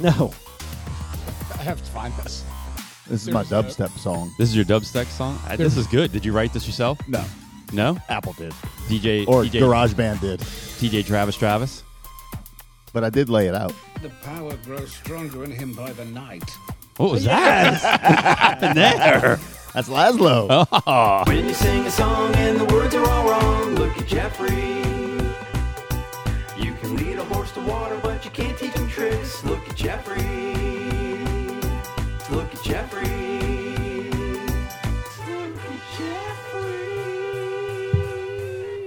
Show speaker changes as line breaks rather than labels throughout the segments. No.
I have to find this.
This is my
There's a-
dubstep song.
This is your dubstep song. I- This is good. Did you write this yourself?
No,
No.
Apple did
DJ
or
DJ,
GarageBand did,
DJ Travis Travis.
but I did lay it out.
The power grows stronger in him by the night.
What was that?
That's Laszlo.
Oh.
When you sing a song and the words are all wrong, look at Jeffrey. You can lead a horse to water, but you can't teach him tricks. Look at Jeffrey. Look at Jeffrey. Look at Jeffrey.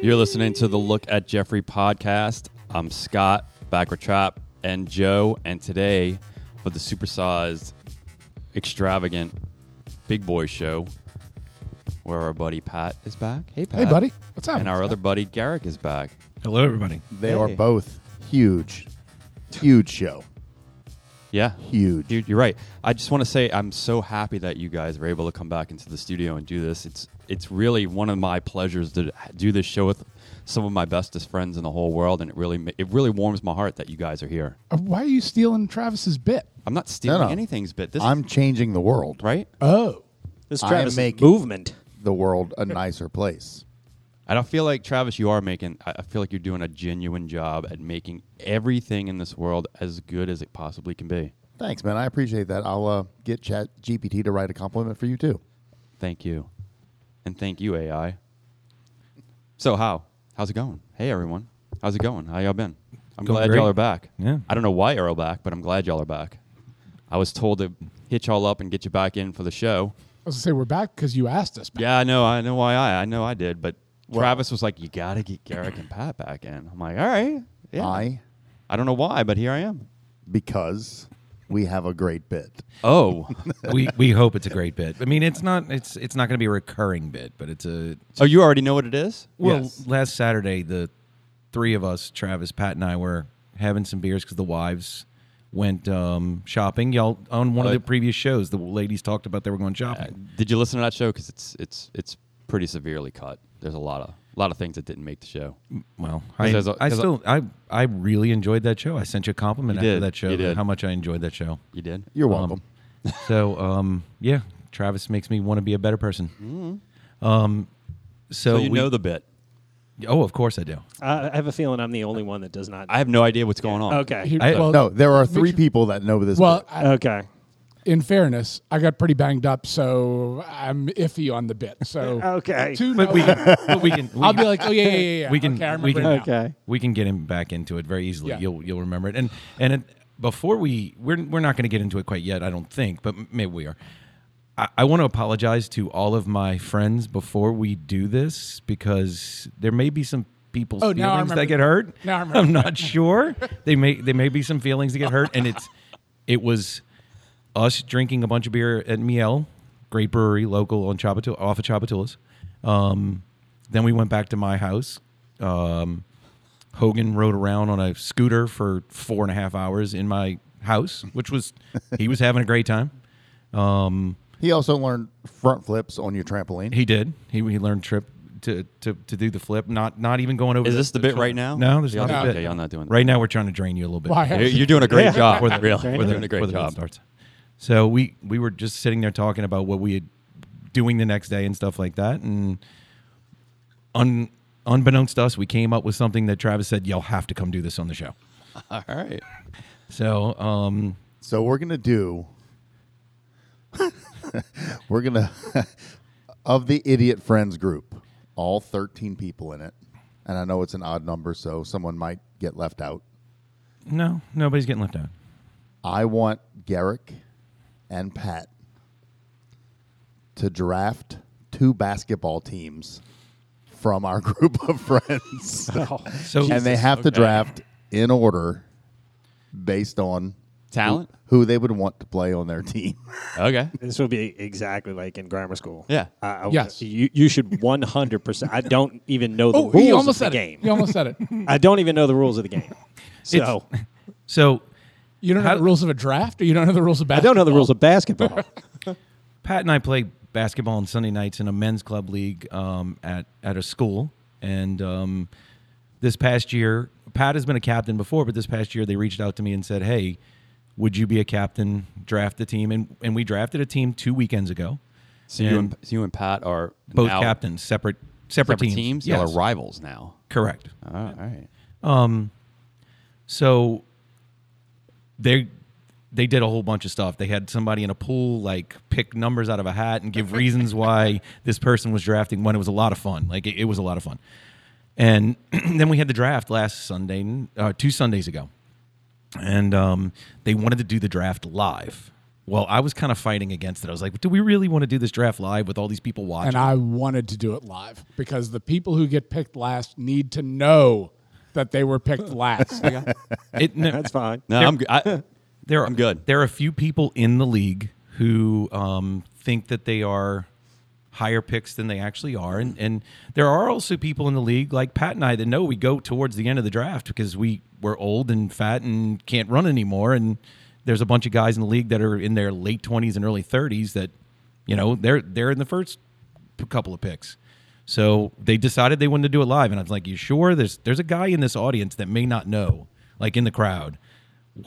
You're listening to the Look at Jeffrey podcast. I'm Scott Backward Trap and Joe, and today for the supersized, extravagant, big boy show, where our buddy Pat is back. Hey, Pat.
Hey, buddy. What's up?
Uh, And our other buddy Garrick is back.
Hello, everybody.
They are
Hey.
both huge, huge show,
Yeah.
huge.
Dude, you're right. I just want to say I'm so happy that you guys were able to come back into the studio and do this. It's it's really one of my pleasures to do this show with some of my bestest friends in the whole world, and it really ma- it really warms my heart that you guys are here.
Uh, Why are you stealing Travis's bit?
I'm not stealing
no.
anything's bit. This
I'm Uh,
is,
changing the world,
right.
Oh.
This
I am
Travis
making-
movement.
the world a nicer place.
I don't feel like Travis. You are making. I I feel like you're doing a genuine job at making everything in this world as good as it possibly can be.
Thanks, man. I appreciate that. I'll uh, get Chat GPT to write a compliment for you too.
Thank you, and thank you AI. So how how's it going? Hey everyone, how's it going? How y'all been? I'm
Going
glad
great.
y'all are back.
Yeah.
I don't know why y'all are back, but I'm glad y'all are back. I was told to hit y'all up and get you back in for the show.
I was going to say, we're back because you asked us. Back.
Yeah, I know. I know why I. I know I did, but Travis was like, "You gotta get Garrick and Pat back in." I'm like, "All right." Yeah.
I
I don't know why, but here I am.
because we have a great bit.
Oh,
we we hope it's a great bit. I mean, it's not it's it's not going to be a recurring bit, but it's a
oh, you already know what it is.
well.
Yes.
Last Saturday, the three of us, Travis, Pat, and I, were having some beers because the wives went um, shopping. Y'all on one of
Uh,
the previous shows, the ladies talked about they were going shopping.
Did you listen to that show? Because it's it's it's pretty severely cut. There's a lot of a lot of things that didn't make the show.
Well,
Because
I,
there's a-
I
there's a-
still I I really enjoyed that show. I sent you a compliment
You
after
did.
that show.
You did.
How much I enjoyed that show.
You did.
You're
Um,
welcome.
so um, yeah, Travis makes me want to be a better person. Um, so,
Mm-hmm. So you
we-
know the bit.
oh, of course I do.
I, I have a feeling I'm the only one that does not.
I have no idea what's going on.
okay.
Here-
I-
well,
no, there are three
sure-
people that know this.
well
bit.
I,
Okay.
in fairness, I got pretty banged up, so I'm iffy on the bit. So
Okay.
two
But
no-
we can, but we can. We
I'll
can,
be like, oh yeah, yeah, yeah, yeah.
We can-
Okay, I remember
we can-
it now.
Okay.
we can get him back into it very easily.
Yeah.
You'll you'll remember it. And and it, before we we're we're not going to get into it quite yet. I don't think, but m- maybe we are. I, I want to apologize to all of my friends before we do this because there may be some people's
Oh, now I
feelings that
remember.
get hurt.
Now I remember.
I'm not sure. they may there may be some feelings that get hurt, and it's it was us drinking a bunch of beer at Miel, great brewery, local on Chabatul, off of Chabatula's. Um, then we went back to my house. Um, Hogan rode around on a scooter for four and a half hours in my house, which was he was having a great time.
he also learned front flips on your trampoline.
He did. He he learned trip to to, to do the flip. Not not even going over.
Is this the bit right now?
No, there's
Yeah,
not a
okay,
bit.
y'all not doing that.
Right now, we're trying to drain you a little bit.
Why?
You're, you're doing a great job.
Where the-
really,
where
you're
the-
doing a
where
great
the bit
job.
starts. So we we were just sitting there talking about what we had doing the next day and stuff like that, and un, unbeknownst to us, we came up with something that Travis said, "Y'all have to come do this on the show."
All right.
So um,
So we're gonna do. we're gonna of the idiot friends group, all thirteen people in it, and I know it's an odd number, so someone might get left out.
no, nobody's getting left out.
I want Garrick and Pat to draft two basketball teams from our group of friends,
So
and they have to draft in order based on
Talent.
who they would want to play on their team.
Okay.
This would be exactly like in grammar school.
Yeah.
I- I-
Yes.
You, you should 100%. I don't even know the
Oh,
rules
he almost
of
said
the
it.
game.
He almost said it.
I don't even know the rules of the game. So
so
You don't know
How-
the rules of a draft, or you don't know the rules of
I
basketball.
don't know the rules of basketball.
Pat and I played basketball on Sunday nights in a men's club league um, at at a school, and um, this past year, Pat has been a captain before, but this past year they reached out to me and said, "Hey, would you be a captain? Draft the team, and and we drafted a team two weekends ago.
So you
And-
and, so you and Pat are
Both
now
captains, separate
separate
separate,
teams. Y'all
Yes.
are rivals now.
Correct.
All right.
So they they did a whole bunch of stuff. They had somebody in a pool like pick numbers out of a hat and give reasons why this person was drafting when it was a lot of fun. Like it, it was a lot of fun. And then we had the draft last Sunday, uh, two Sundays ago. And um, they wanted to do the draft live. Well, I was kind of fighting against it. I was like, do we really want to do this draft live with all these people watching?
And I wanted to do it live because the people who get picked last need to know that they were picked last.
It- no-
That's fine.
No, I'm good. I,
There,
I'm good.
There are a few people in the league who um, think that they are higher picks than they actually are, and and there are also people in the league like Pat and I that know we go towards the end of the draft because we we're old and fat and can't run anymore, and there's a bunch of guys in the league that are in their late twenties and early thirties that, you know, they're they're in the first p- couple of picks. So they decided they wanted to do it live, and I was like, "You sure?" There's there's a guy in this audience that may not know, like in the crowd,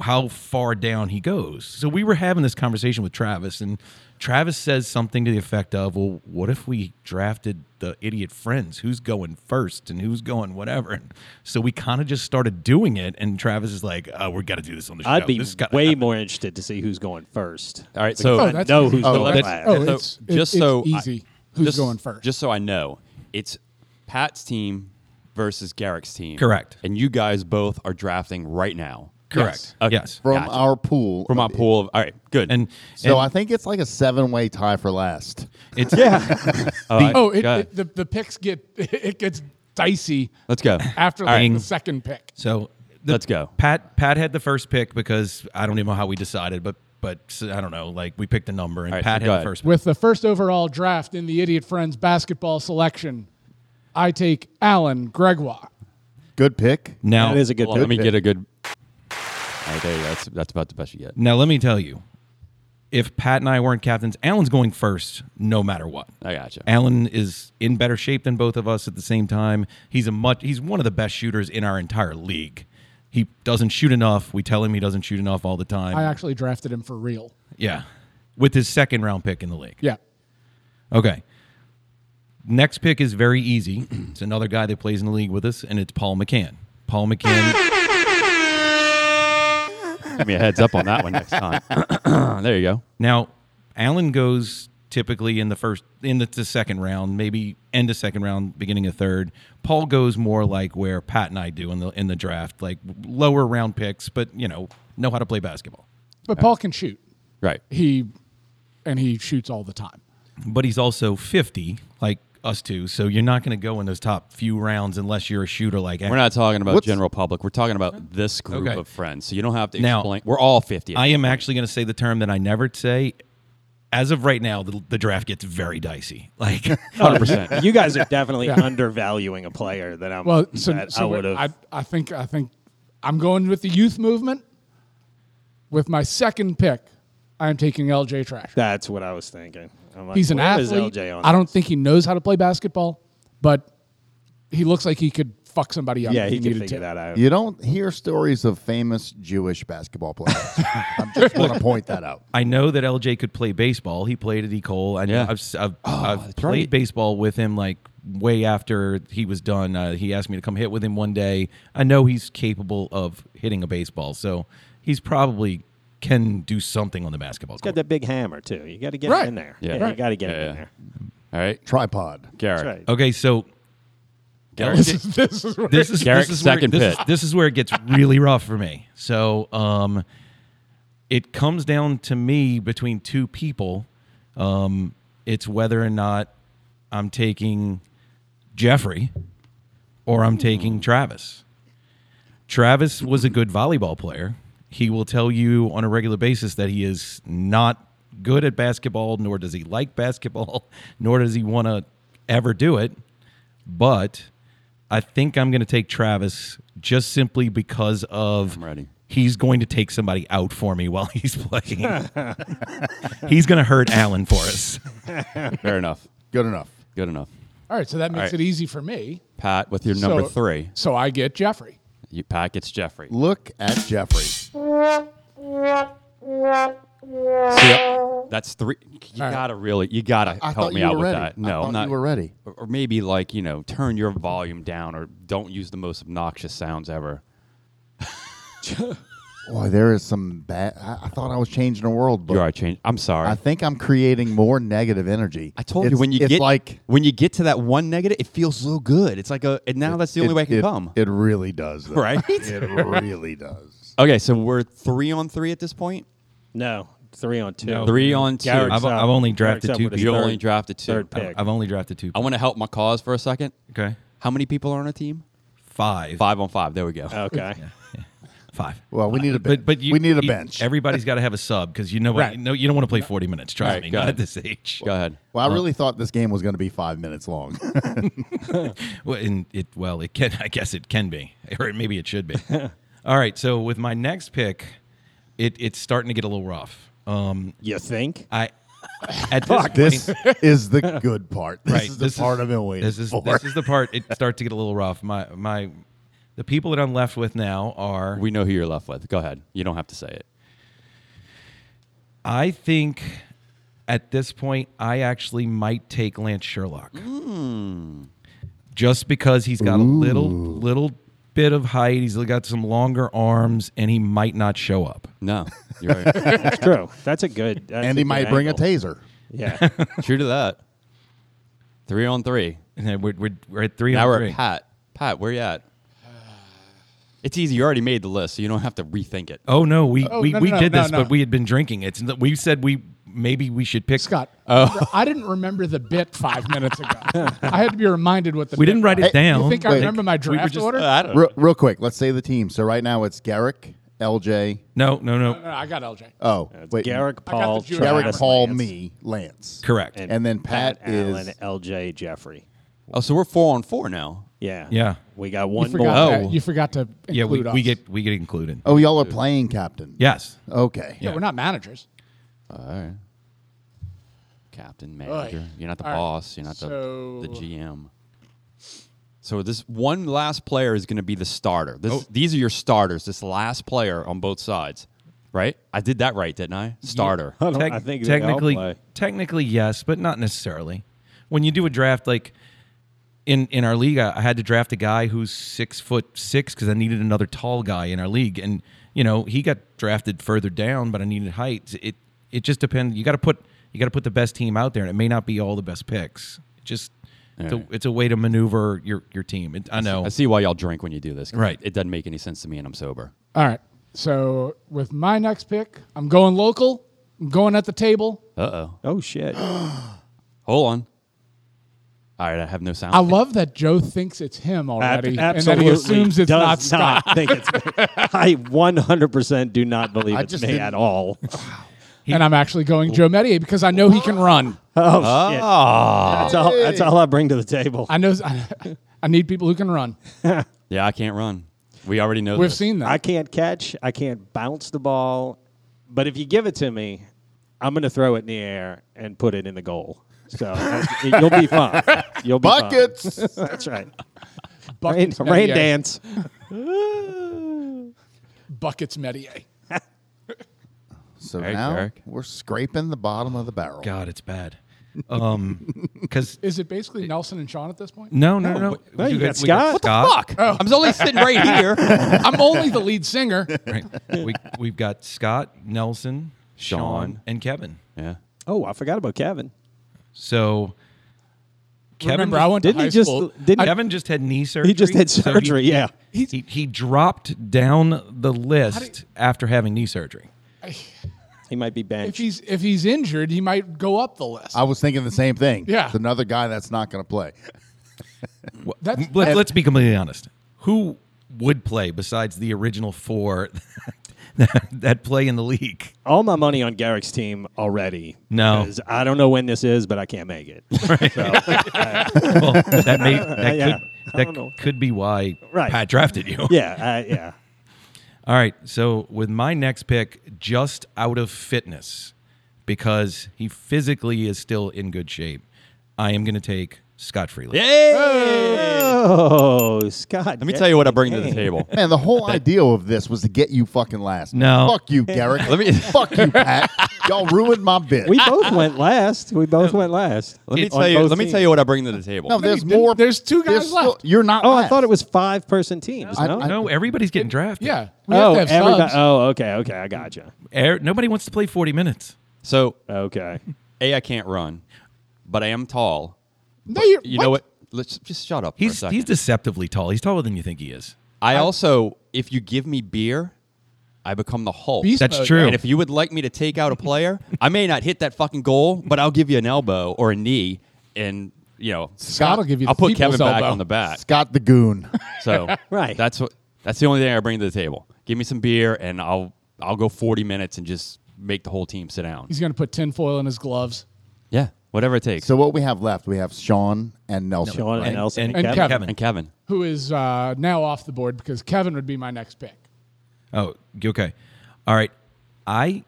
how far down he goes. So we were having this conversation with Travis, and Travis says something to the effect of, "Well, what if we drafted the idiot friends? Who's going first, and who's going whatever?" And so we kind of just started doing it, and Travis is like, oh, "We got to do this on the show."
I'd be
This has gotta
way
happen."
more interested to see who's going first.
all right. So
Oh, that's
know
easy.
who's
Oh,
going
that's-
last.
oh, it's,
so
it-
just
it's
so I-
easy. Who's
just-
going first?
Just so I know, it's Pat's team versus Garrick's team.
Correct.
And you guys both are drafting right now.
correct.
Okay.
Yes,
from
Gotcha.
our pool.
From my
of-
pool of all right, good.
and
So
and
I think it's like a seven-way tie for last.
it's yeah.
Uh,
oh, it,
go ahead.
it, the, the picks get it gets dicey
let's go.
after
All right.
like, the second pick.
So
Let's go.
Pat Pat had the first pick because I don't even know how we decided, but but I don't know. Like we picked a number, and
All right,
Pat
so go
had the
ahead.
first. pick.
With the first overall draft in the Idiot Friends basketball selection, I take Alan Gregoire.
Good pick.
Now
That is a good
Hold on, let
pick.
me get a good. All right, there you go. That's, that's about the best you get.
now let me tell you, if Pat and I weren't captains, Alan's going first, no matter what.
I gotcha.
Allen is in better shape than both of us at the same time. He's a much he's one of the best shooters in our entire league. He doesn't shoot enough. We tell him he doesn't shoot enough all the time.
I actually drafted him for real.
yeah. With his second round pick in the league.
Yeah.
Okay. Next pick is very easy. It's another guy that plays in the league with us, and it's Paul McCann. Paul McCann.
Give me a heads up on that one next time. there you go.
now, Allen goes typically in the first, in the, the second round, maybe end of second round, beginning of third. Paul goes more like where Pat and I do in the in the draft, like lower round picks, but you know, know how to play basketball.
But Paul can shoot.
Right.
He and he shoots all the time.
but he's also 50 like us two so you're not going to go in those top few rounds unless you're a shooter like
We're not talking about
What's-
general public. We're talking about this group
Okay.
of friends. So you don't have to
Now-
explain. We're all 50.
i am actually going to say the term that i never say as of right now the, the draft gets very dicey like
100%.
You guys are definitely undervaluing a player that I'm.
Well, so,
that I
so
would have.
I, I think I think I'm going with the youth movement. With my second pick, I am taking LJ Trash.
That's what I was thinking. I'm like,
He's an
where is
athlete.
LJ on
I don't think he knows how to play basketball, but he looks like he could fuck somebody up.
Yeah,
if
he, can
needed
figure
to.
that out.
You don't hear stories of famous Jewish basketball players. I just want to point that out.
i know that lj could play baseball he played at e cole i know
Yeah.
i've, s- I've,
Oh,
I've played baseball with him like way after he was done uh, he asked me to come hit with him one day i know he's capable of hitting a baseball so he's probably can do something on the basketball
He's got
court.
that big hammer too. You got to get
Right.
him in there.
Yeah.
Yeah, you
Right.
got to get him
Yeah,
in
yeah.
there.
all right.
Tripod.
Garrett.
That's right.
Okay, so
Garrett.
This is this is where
this is
Garrick's
this is where-
second
this is-
pick.
this is where it gets really rough for me. So, um, it comes down to me between two people. Um, it's whether or not I'm taking Jeffrey or I'm taking Travis. Travis was a good volleyball player. He will tell you on a regular basis that he is not good at basketball, nor does he like basketball, nor does he want to ever do it. But I think I'm going to take Travis just simply because of
I'm ready.
he's going to take somebody out for me while he's playing. he's going to hurt Allen for us.
Fair enough.
Good enough.
Good enough.
All right, so that makes
right.
it easy for me.
Pat with your number
So-
three.
So I get Jeffrey.
You, Pat gets Jeffrey.
Look at Jeffrey.
That's three. You
All right.
gotta really, you gotta
I
help
thought
me
you
out
were
with
ready.
that.
I
No,
thought
I'm not.
you were ready.
Or- Or maybe like you know, turn your volume down, or don't use the most obnoxious sounds ever.
Boy, there is some bad. I, I thought I was changing the world, but
You are changing. I'm sorry.
I think I'm creating more negative energy.
I told you
It's-
when you
it's
get
like
when you get to that one negative, it feels so good. It's like a and now that's the only
it-
way I can
it-
come.
It really does, though.
Right?
It really does.
okay, so we're three on three at this point.
No, three on two.
No.
Three on two.
Garrett's
I've-
up.
I've only
Garrett's
drafted
up
two
with his
you
third-
only drafted two.
Third
I've,
pick.
I've only drafted two.
I want to help my cause for a second.
okay,
How many people are on a team?
five,
Five on five. There we go.
okay.
five.
Well, we need a bench.
But but you,
we need a
you-
bench.
Everybody's got to have a sub because you know what?
Right.
No, you don't want to play forty minutes. Trust
Right,
me,
go
not
ahead.
at this age.
Go ahead.
well, I really thought this game was going to be five minutes long.
Well, and it well, it can. I guess it can be, or maybe it should be. All right. So with my next pick, it it's starting to get a little rough. Um,
You think?
I at this point,
this is the good part. This
right,
is the part I've been waiting
this is,
for.
This is the part it starts to get a little rough. My my, the people that I'm left with now are.
We know who you're left with. Go ahead. You don't have to say it.
I think at this point, I actually might take Lance Sherlock.
Hmm.
Just because he's got a little little bit of height, he's got some longer arms, and he might not show up.
No, you're right.
That's true. That's a good. That's
and he
good
might bring a
angle.
taser.
Yeah.
True to that. Three on three.
And then we're, we're, we're at three
Now
on
we're
three.
at Pat. Pat, where you at? It's easy. You already made the list, so you don't have to rethink it.
Oh no, we
Oh,
we,
no, no,
we
no,
did
no,
this,
no.
but we had been drinking. It's we said we maybe we should pick
Scott.
Oh.
I didn't remember the bit five minutes ago. I had to be reminded what the
We
bit
didn't write
was.
it down.
You think I
Wait.
remember my
were
draft
just-
order?
Uh, I don't know.
Re- real quick, let's say the team. So right now it's Garrick, LJ.
No, no,
No,
no.
no, I got LJ.
Uh,
Oh, wait,
Garrick,
I got the
Paul,
Jewish
Charles,
Garrick, Paul,
Lance,
me, Lance.
Correct.
And then Pat,
Allen,
is
LJ, Jeffrey.
Oh, so we're four on four now.
Yeah.
Yeah.
We got
You
one more.
forgot,
Oh.
to, you forgot to include
yeah, we,
us.
we get we get included.
Oh, y'all are playing captain.
Yes.
Okay.
Yeah, we're not managers.
All right. Captain, manager.
Oy.
You're not the
All right.
boss. You're not the, the
So-
GM. So this one last player is going to be the starter. This,
Oh.
These are your starters. This last player on both sides, right? I did that right, didn't Oh, I? Starter.
I, don't,
Tec-
I think they all
technically,
play.
technically yes, but not necessarily. When you do a draft, like in in our league, I I had to draft a guy who's six foot six because I needed another tall guy in our league, and you know he got drafted further down, but I needed height. It it just depends. You got to put you got to put the best team out there, and it may not be all the best picks. It just it's,
Yeah.
a, it's a way to maneuver your your team. It, I know.
I see why y'all drink when you do this. 'cause
Right.
It doesn't make any sense to me, and I'm sober.
All right. So with my next pick, I'm going local. I'm going at the table.
Uh oh.
Oh, shit.
Hold on. All right, I have no sound.
I love that Joe thinks it's him already, and that
Absolutely.
he assumes it's
does
not Scott.
think it's me. I 100% do not believe
I
it's
just
me
didn't-
at all.
and I'm actually going Joe Medier because I know he can run.
Oh, shit. That's all, that's all I bring to the table.
I know I, I need people who can run.
Yeah, I can't run. We already know.
We've
this.
seen that.
I can't catch. I can't bounce the ball. But if you give it to me, I'm going to throw it in the air and put it in the goal. So I- you'll be fine. You'll be fine.
Buckets.
That's right. Rain,
buckets
rain
Medier.
dance.
Buckets Medier.
so
Hey,
now
Garrick.
we're scraping the bottom of the barrel.
God, it's bad. Um, because
Is it basically Nelson and Sean at this point?
no, no, no.
but-
no, you
We
got Scott. What the
Fuck. I'm only sitting right here.
I'm only the lead singer.
Right. we, we've got Scott, Nelson, Sean,
Sean.
and Kevin.
yeah.
Oh, I forgot about Kevin.
So Kevin,
Remember,
just,
I went to
Didn't he
high
just-
school.
didn't-
Kevin just had knee surgery.
He just had
so he-
surgery. yeah.
he, he, dropped down the list after having knee surgery.
He might be
If
benched.
he's if he's injured, he might go up the list.
Uh,
I was thinking the same thing.
Yeah.
It's another guy that's not going to play.
Well,
That's-
let, us be completely honest. Who would play besides the original four that, that play in the league?
All my money on Garrick's team already.
No.
because I don't know when this is, but I can't make it.
Well, that may, that
Yeah. I don't
could
know.
that could be why
Right.
Pat drafted you.
yeah. I, yeah.
All right. So with my next pick, just out of fitness, because he physically is still in good shape, I am going to take Scott Freeland.
Oh, Scott.
Let me tell you what I bring to the table.
Man, the whole idea of this was to get you fucking last.
No.
Fuck you, Garrick.
Let me-
Fuck you, Pat. Y'all ruined my bit.
We both went last. We both went last.
Let me
On
tell you.
both
Let me
teams.
tell you what I bring to the table.
no, there's
didn't.
more.
There's two guys
still-
left.
you're not.
Oh, I
last.
thought it was five person teams.
I-
no?
I-
No, everybody's getting drafted.
Yeah. We
oh,
have to have
everybody.
subs.
Oh, okay, okay. I gotcha.
Er- nobody wants to play 40 minutes.
So
Okay.
a, I can't run, but I am tall.
no, you're,
You know what? Let's just shut up.
He's
for a
he's
second.
deceptively tall. He's taller than you think he is.
I also, if you give me beer, I become the Hulk.
Beast
That's
mode,
true.
And if you would like me to take out a player, I may not hit that fucking goal, but I'll give you an elbow or a knee, and you know,
Scott will give you
I'll
the
put Kevin
people's
back
elbow.
on the back.
Scott the Goon.
So
Right.
that's what that's the only thing I bring to the table. Give me some beer, and I'll I'll go forty minutes and just make the whole team sit down.
He's going to put tinfoil in his gloves.
Yeah, whatever it takes.
so what we have left? We have Sean and Nelson.
Sean and,
And-
Nelson
and-
and,
and
Kevin.
Kevin.
and Kevin,
who is uh, now off the board because Kevin would be my next pick.
Oh, okay. All right. I.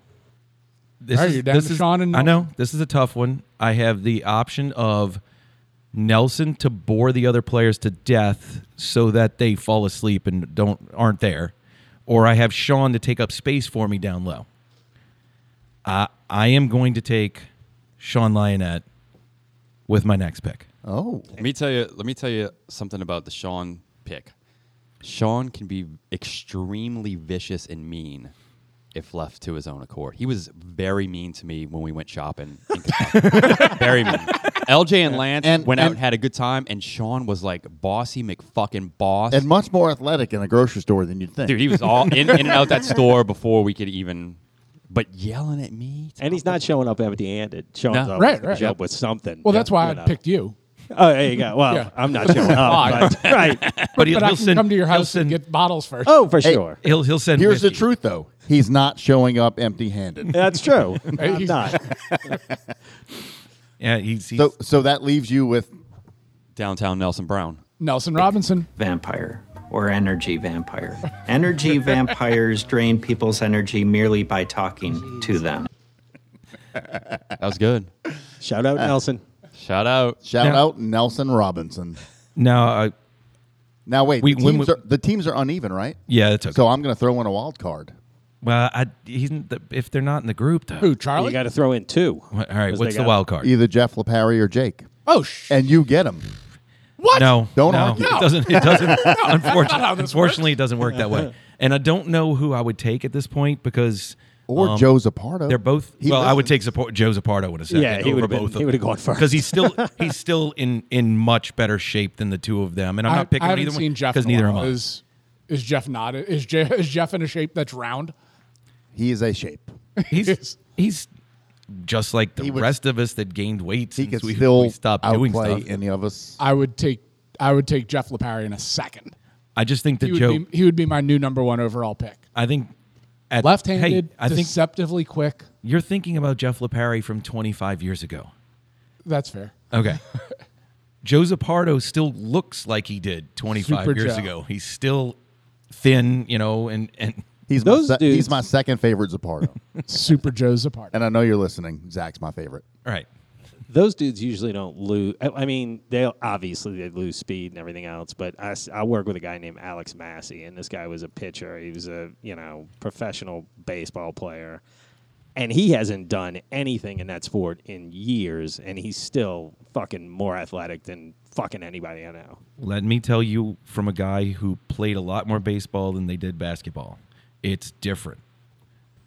This
All right,
is,
you're down
this
to
is-
Sean and
I know this is a tough one. I have the option of Nelson to bore the other players to death so that they fall asleep and don't aren't there, or I have Sean to take up space for me down low. I I am going to take Sean Lionette with my next pick.
Oh,
let me tell you. Let me tell you something about the Sean pick. Sean can be extremely vicious and mean if left to his own accord. He was very mean to me when we went shopping. in Kentucky. very mean. LJ and Lance
And-
went out
and-
and had a good time, and Sean was like bossy McFucking boss.
and much more athletic in a grocery store than you'd think.
Dude, he was all in, in and out that store before we could even. But yelling at me,
And he's not showing up empty-handed. Showing
No.
up,
Right,
with-
right.
showing up with something.
Well, that's why
you
I
know.
picked you.
Oh, there you go. Well,
Yeah.
I'm not showing up. but- right.
But, he,
But I can come to your house
He'll
and
send,
get bottles first.
Oh, for sure.
he'll, he'll send.
Here's the
whiskey.
truth, though. He's not showing up empty-handed.
That's true. I'm
he's-
not.
Yeah, he's, he's
so, so that leaves you with
downtown Nelson Brown.
Nelson Robinson.
vampire or energy vampire. Energy vampires drain people's energy merely by talking to them.
That was good.
Shout out Nelson.
Shout out.
shout
Now-
out Nelson Robinson.
no. uh, I,
Now wait,
We-
the,
when
teams
we-
are, the teams are uneven, right?
yeah, that's okay.
So I'm going to throw in a wild card.
Well, I, he's in the, if they're not in the group though.
Who,
You
Charlie?
got to throw in two.
All right,
'Cause
what's
they
the
got-
wild card?
Either Jeff LeParry or Jake,
oh, sh-
and you get him.
what?
No,
Don't
no,
argue.
It doesn't. It doesn't. unfortunately, unfortunately, it doesn't work that way. And I don't know who I would take at this point because
Or
um,
Joe Zappardo.
They're both.
He
well, I would
listens.
take support, Joe Zappardo in a second.
Yeah, he
over
would've been-
both.
he would've gone first.
because he's still he's still in in much better shape than the two of them. And I'm
I,
not picking
I
on
haven't
either
seen
one
Jeff
because
in a
neither am
while.
I.
Is, is Jeff not? Is, Je- is Jeff in a shape that's round?
He is a shape.
he's he's just like the
He would-
rest of us that gained weight
He
since
could
we,
still
we stopped
outplay
doing stuff.
any of us.
I would take I would take Jeff LeParry in a second.
I just think that
He would,
Joe.
be, he would be my new number one overall pick.
I think at,
Left-handed,
Hey, I think
deceptively quick.
you're thinking about Jeff LeParry from 25 years ago.
That's fair.
Okay. Joe Zappardo still looks like he did 25
Super
years
Joe.
ago. He's still thin, you know, and and
He's
Those
my se-
dudes-
he's my second favorite Zappardo,
Super Joe's apart.
and I know you're listening. Zach's my favorite.
all right.
Those dudes usually don't lose. I, I mean, they obviously they lose speed and everything else. But I, s- I work with a guy named Alex Massey, and this guy was a pitcher. He was a you know professional baseball player, and he hasn't done anything in that sport in years, and he's still fucking more athletic than fucking anybody I know.
Let me tell you from a guy who played a lot more baseball than they did basketball. It's different.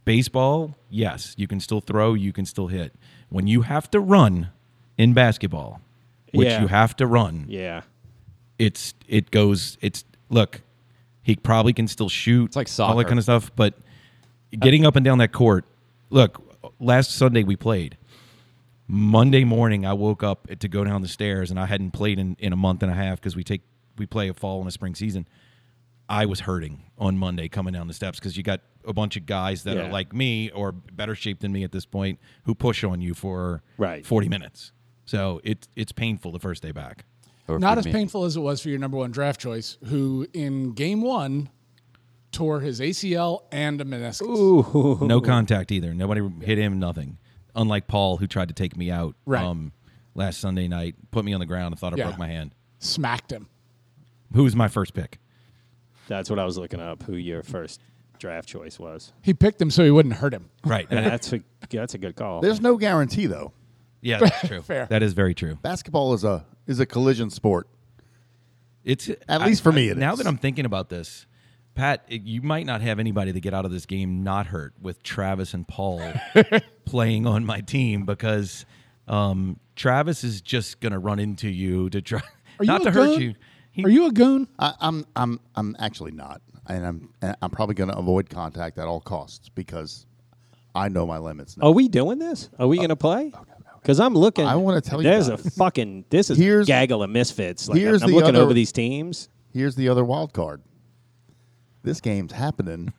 Baseball, yes, you can still throw, you can still hit. When you have to run in basketball, which
Yeah.
you have to run,
Yeah,
it's it goes it's look he probably can still shoot it's
like
all that
soccer.
kind of stuff but getting up and down that court look last sunday we played monday morning i woke up to go down the stairs and i hadn't played in, in a month and a half because we take we play a fall and a spring season i was hurting on monday coming down the steps because you got a bunch of guys that
Yeah.
are like me or better shaped than me at this point who push on you for
Right.
40 minutes so it, it's painful the first day back
Or
Not
for
as
me.
painful as it was for your number one draft choice, who in game one tore his ACL and a meniscus.
no contact either. Nobody hit him. Nothing. Unlike Paul, who tried to take me out um,
Right.
last Sunday night, put me on the ground, and thought I
Yeah.
broke my hand.
Smacked him.
Who was my first pick?
that's what I was looking up. Who your first draft choice was.
He picked him so he wouldn't hurt him.
Right.
And that's a that's a good call.
There's no guarantee though.
yeah, that's true.
Fair.
That is very true.
Basketball is a is a collision sport.
It's
At least for me it
now
is.
that I'm thinking about this, Pat, it, you might not have anybody that get out of this game not hurt with Travis and Paul playing on my team because um, Travis is just gonna run into you to try
Are you
not
a
to hurt
goon?
you. He-
Are you a goon?
I, I'm I'm I'm actually not, and I'm and I'm probably going to avoid contact at all costs because I know my limits now.
Are we doing this? Are
Uh,
we going to play? Because I'm looking.
I wanna tell you
There's a
guys.
fucking. This is
Here's-
a gaggle of misfits. Like,
here's
I'm
the
looking
other-
over these teams.
Here's the other wild card. This game's happening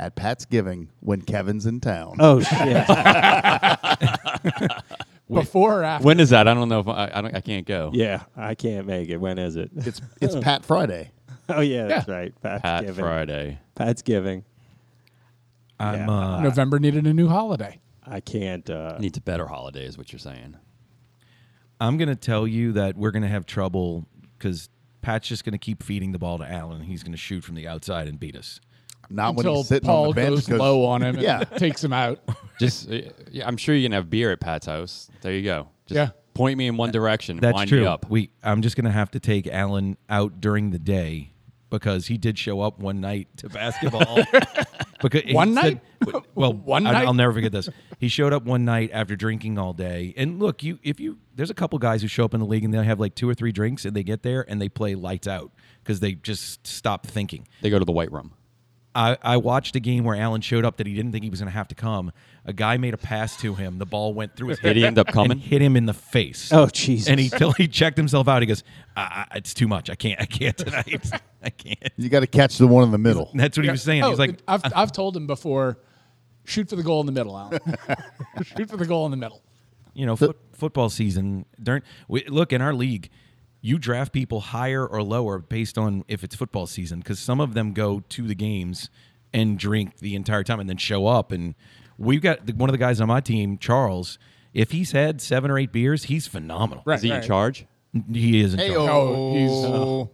at Pat's Giving when Kevin's in town.
Oh shit!
Before or after?
When is that? I don't know if I I, don't, I can't go.
yeah, I can't make it. When is it?
It's it's Pat Friday.
oh yeah, that's
Yeah.
right. Pat's
Pat
giving.
Friday.
Pat's giving.
I'm
Yeah.
uh,
November needed a new holiday.
I can't. Uh,
Needs a better holiday, is what you're saying.
I'm gonna tell you that we're gonna have trouble because Pat's just gonna keep feeding the ball to Allen. He's gonna shoot from the outside and beat us.
Not when
Until
he's sitting
Paul
on the bench.
goes
'cause-
low on him
Yeah.
and takes him out.
Just, uh, yeah, I'm sure you can have beer at Pat's house. There you go. Just
Yeah.
Point me in one direction.
That's
wind
true.
Me up.
We I'm just gonna have to take Allen out during the day because he did show up one night to basketball. because he
One
said-
night?
well,
One
I,
night?
I'll never forget this. He showed up one night after drinking all day. And look, you if you there's a couple guys who show up in the league and they have like two or three drinks and they get there and they play lights out because they just stop thinking.
They go to the white room.
I, I watched a game where Allen showed up that he didn't think he was going to have to come. A guy made a pass to him. The ball went through his head.
Did he end up
and
coming?
hit him in the face.
oh Jesus!
And he till he checked himself out. He goes, I, I, "It's too much. I can't. I can't tonight. I can't."
You got to catch the one in the middle.
And that's what he was saying.
Oh,
He was like,
I've, I've told him before, shoot for the goal in the middle, Alan. shoot for the goal in the middle.
"You know, foot, football season. During we, look in our league, you draft people higher or lower based on if it's football season because some of them go to the games and drink the entire time and then show up. And we've got the, one of the guys on my team, Charles. If he's had seven or eight beers, he's phenomenal.
Is he in
right.
charge?
He is. in charge.
Oh, he's-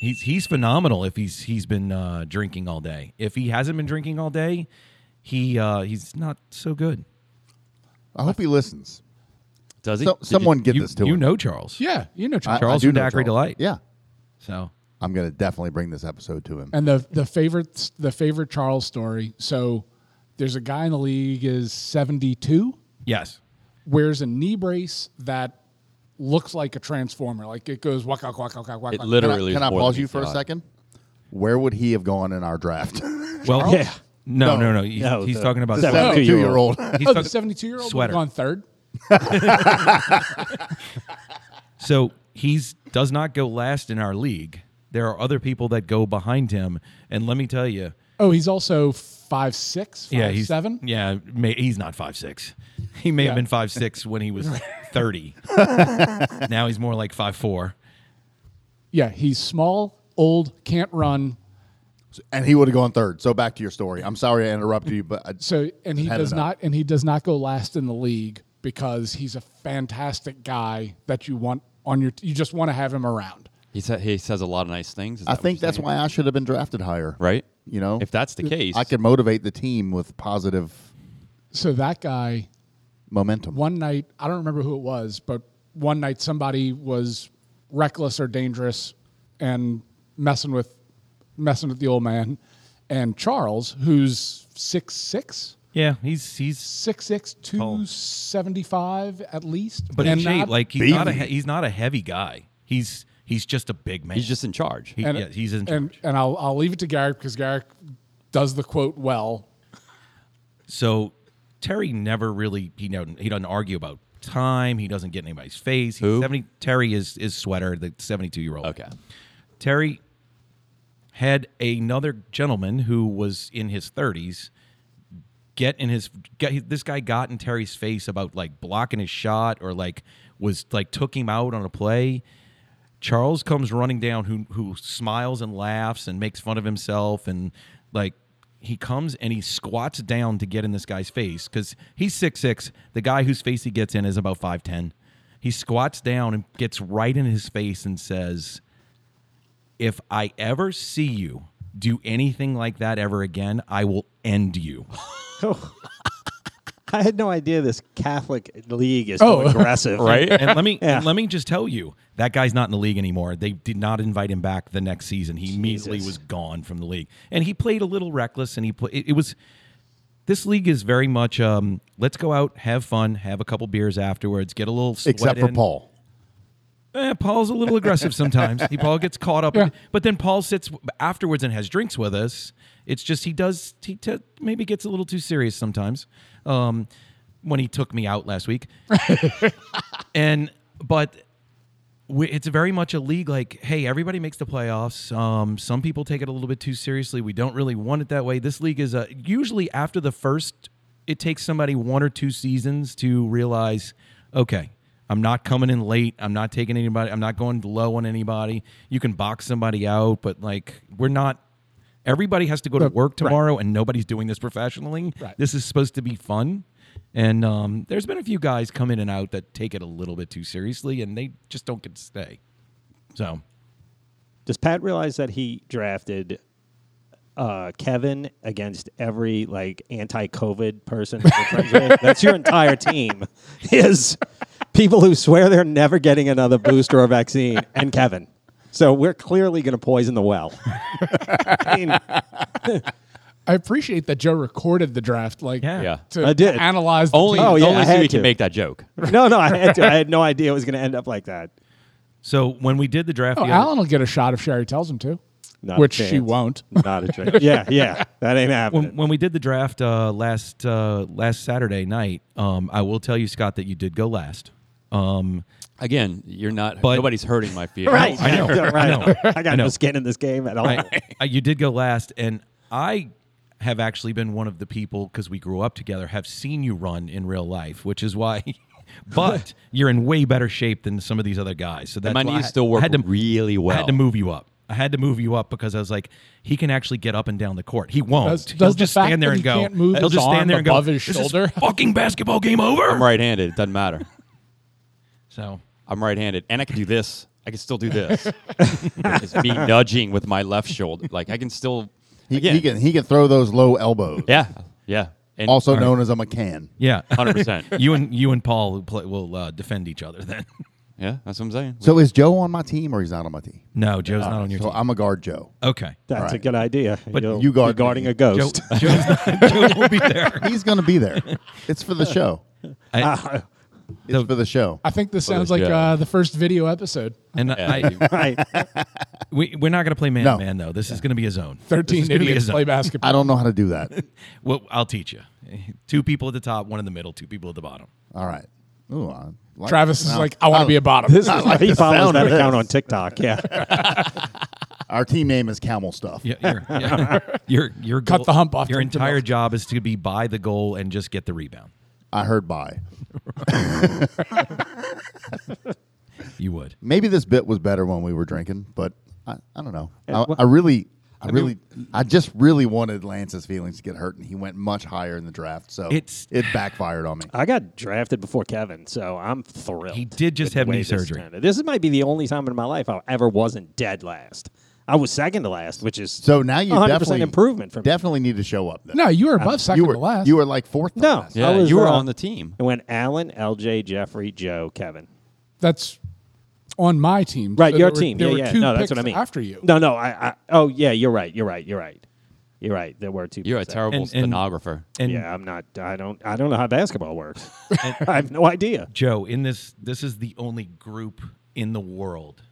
He's he's phenomenal if he's he's been uh, drinking all day. If he hasn't been drinking all day, he uh, he's not so good.
I hope he listens.
Does he?
So,
Did you-
someone get
you,
this to
you
him.
know Charles.
Yeah, you know
I- I
Charles.
Charles
do
from
know
Daiquiri Delight.
Yeah,
So
I'm going to definitely bring this episode to him.
And the the favorite the favorite Charles story. So there's a guy in the league is 72,
yes,
wears a knee brace that looks like a transformer. Like it goes waka waka waka waka.
It literally.
Can I,
is
can I
more than
pause
he
you for a
thought.
second? Where would he have gone in our draft?
well,
Yeah.
no, no, no. He's,
No,
he's
the-
talking about
the
sweater.
seventy-
72 year old.
He's
oh, the
talking-
72 year old
sweater.
gone third.
So he's does not go last in our league. There are other people that go behind him, and let me tell you,
Oh, he's also five six, five
yeah, he's
seven.
Yeah, may, he's not five six. He may
Yeah.
have been five six when he was thirty. now he's more like five four.
Yeah, he's small, old, can't run.
and he would have gone third. So back to your story. I'm sorry I interrupted you, but I,
So and he
Had
does
enough.
not and he does not go last in the league because he's a fantastic guy that you want on your you just want to have him around.
He said he says a lot of nice things. Is
I
that what
think
you're
that's
saying?
why I should have been drafted higher.
Right.
You know,
If that's the case,
I could motivate the team with positive
So that guy
momentum.
one night, I don't remember who it was, but one night somebody was reckless or dangerous and messing with messing with the old man and Charles, who's six six.
Yeah, he's he's
Six six two seventy five at least,
but in
And
shape.
not-
like he's not a he- he's not a heavy guy. He's he's just a big man.
he's just in charge.
He- yeah, he's in
and
charge.
and I'll I'll leave it to Garrick because Garrick does the quote well.
so Terry never really he know he doesn't argue about time. He doesn't get in anybody's face. He's
Who?
Seventy Terry is is sweater the seventy two year old.
okay.
Terry had another gentleman who was in his 30s get in his get, this guy got in Terry's face about like blocking his shot or like was like took him out on a play. Charles comes running down who who smiles and laughs and makes fun of himself and like he comes and he squats down to get in this guy's face cuz he's 6'6. The guy whose face he gets in is about 5'10. He squats down and gets right in his face and says, if I ever see you do anything like that ever again, I will end you.
I had no idea this Catholic League is
Oh.
so aggressive.
right?
And let me
Yeah.
and let me just tell you, that guy's not in the league anymore. They did not invite him back the next season. He immediately was
Jesus.
gone from the league, and he played a little reckless. And he played. It, it was this league is very much um, let's go out, have fun, have a couple beers afterwards, get a little sweat
Except for
in.
Paul.
Eh, Paul's a little aggressive sometimes. He Paul gets caught up,
Yeah.
but then Paul sits afterwards and has drinks with us. It's just he does he t- maybe gets a little too serious sometimes. Um, when he took me out last week, and but we, it's very much a league like hey everybody makes the playoffs um, some people take it a little bit too seriously we don't really want it that way this league is a, usually after the first it takes somebody one or two seasons to realize okay i'm not coming in late i'm not taking anybody i'm not going low on anybody you can box somebody out but like we're not everybody has to go to
Right.
work tomorrow and nobody's doing this professionally
Right.
this is supposed to be fun and um, there's been a few guys come in and out that take it a little bit too seriously and they just don't get to stay so
Does Pat realize that he drafted uh, Kevin against every like anti-COVID person? that we're friends with? That's your entire team. Is people who swear they're never getting another booster or vaccine, and Kevin. So we're clearly going to poison the well. I mean,
I appreciate that Joe recorded the draft. Like,
Yeah.
Yeah.
to
I did.
analyze. The
Only,
team.
Oh, yeah,
only
I
so
had
we can
to.
make that joke.
no, no, I had to. I had no idea it was going to end up like that.
so when we did the draft
Oh,
the other-
Alan will get a shot if Sherry tells him to,
Not a
which she
chance.
won't.
Not a chance. yeah, yeah, that ain't happening.
when, when we did the draft uh, last uh, last Saturday night, um, I will tell you, Scott, that you did go last. Um,
Again, you're not.
But-
nobody's hurting my feelings.
right, I know. Right. I, got
know.
no skin in this game at all.
I- Uh, you did go last, and I have actually been one of the people because we grew up together have seen you run in real life, which is why. but you're in way better shape than some of these other guys. So that's
And my
why I
knees
had-
still work
I had to,
really well.
I had to move you up. I had to move you up because I was like, he can actually get up and down the court. He won't.
Does-
he'll
does the
just
fact
stand there
that
and
he
go.
can't move
he'll
his
just
arm
stand there and go.
above his
"This is
shoulder?"
fucking basketball game over.
I'm right-handed. It doesn't matter.
So
I'm right-handed, and I can do this. I can still do this. it's me nudging with my left shoulder. Like I can still.
He,
again,
he can he can throw those low elbows.
Yeah, yeah. And
Also known as a McCann.
yeah,
hundred percent.
you and you and Paul will, play, will uh, defend each other then.
Yeah, that's what I'm saying.
So is Joe on my team or he's not on my team?
No, Joe's not on your
So
team.
I'm a guard Joe.
Okay,
That's a
Right.
good idea. But
you guard me.
guarding a
Joe,
ghost.
Joe's not, Joe will be there.
He's going to be there. It's for the show.
Uh-huh.
I-
It's for the show.
I think this sounds
Well,
like
yeah.
uh, the first video episode.
and I,
right.
we, we're not going to play man
No.
to man though. This is going to be a zone. This is
Thirteen
gonna be a
idiots
zone.
play basketball.
I don't know how to do that.
Well, I'll teach you. Two people at the top, one in the middle, two people at the bottom.
All right. Ooh, I like-
Travis is
no,
like, I want to be a bottom.
This is like he follows
sound
that
of this.
account on TikTok. Yeah.
Our team name is Camel Stuff.
Yeah, you're, yeah. your your
Cut
goal-
the hump off to
Your
the
entire
middle.
job is to be by the goal and just get the rebound.
I heard by.
You would.
Maybe this bit was better when we were drinking, but I, I don't know. I, I really, I, really, I just really wanted Lance's feelings to get hurt, and he went much higher in the draft, so
It's-
it backfired on me.
I got drafted before Kevin, so I'm thrilled.
He did just
with the
have
way
knee
this
surgery.
turned out. This might be the only time in my life I ever wasn't dead last. I was second to last, which is
So now you
100%
definitely
improvement from
definitely need to show up. Then.
No, you were above second
you were
to last.
you were like fourth. to
No.
last.
Yeah.
yeah,
was,
you were
uh,
on the team.
It went Allen, LJ, Jeffrey, Joe, Kevin.
That's on my team.
Right,
So
your
there were-
team.
there
yeah,
were
yeah.
two
no, that's
picks
what I mean.
After you.
No, no. I, I. Oh, yeah. You're right. You're right. You're right. You're right. There were two.
You're a
picks there.
terrible
And- and-
stenographer.
And
Yeah, I'm not. I don't. I don't know how basketball works. I have no idea.
Joe, in this, this is the only group in the world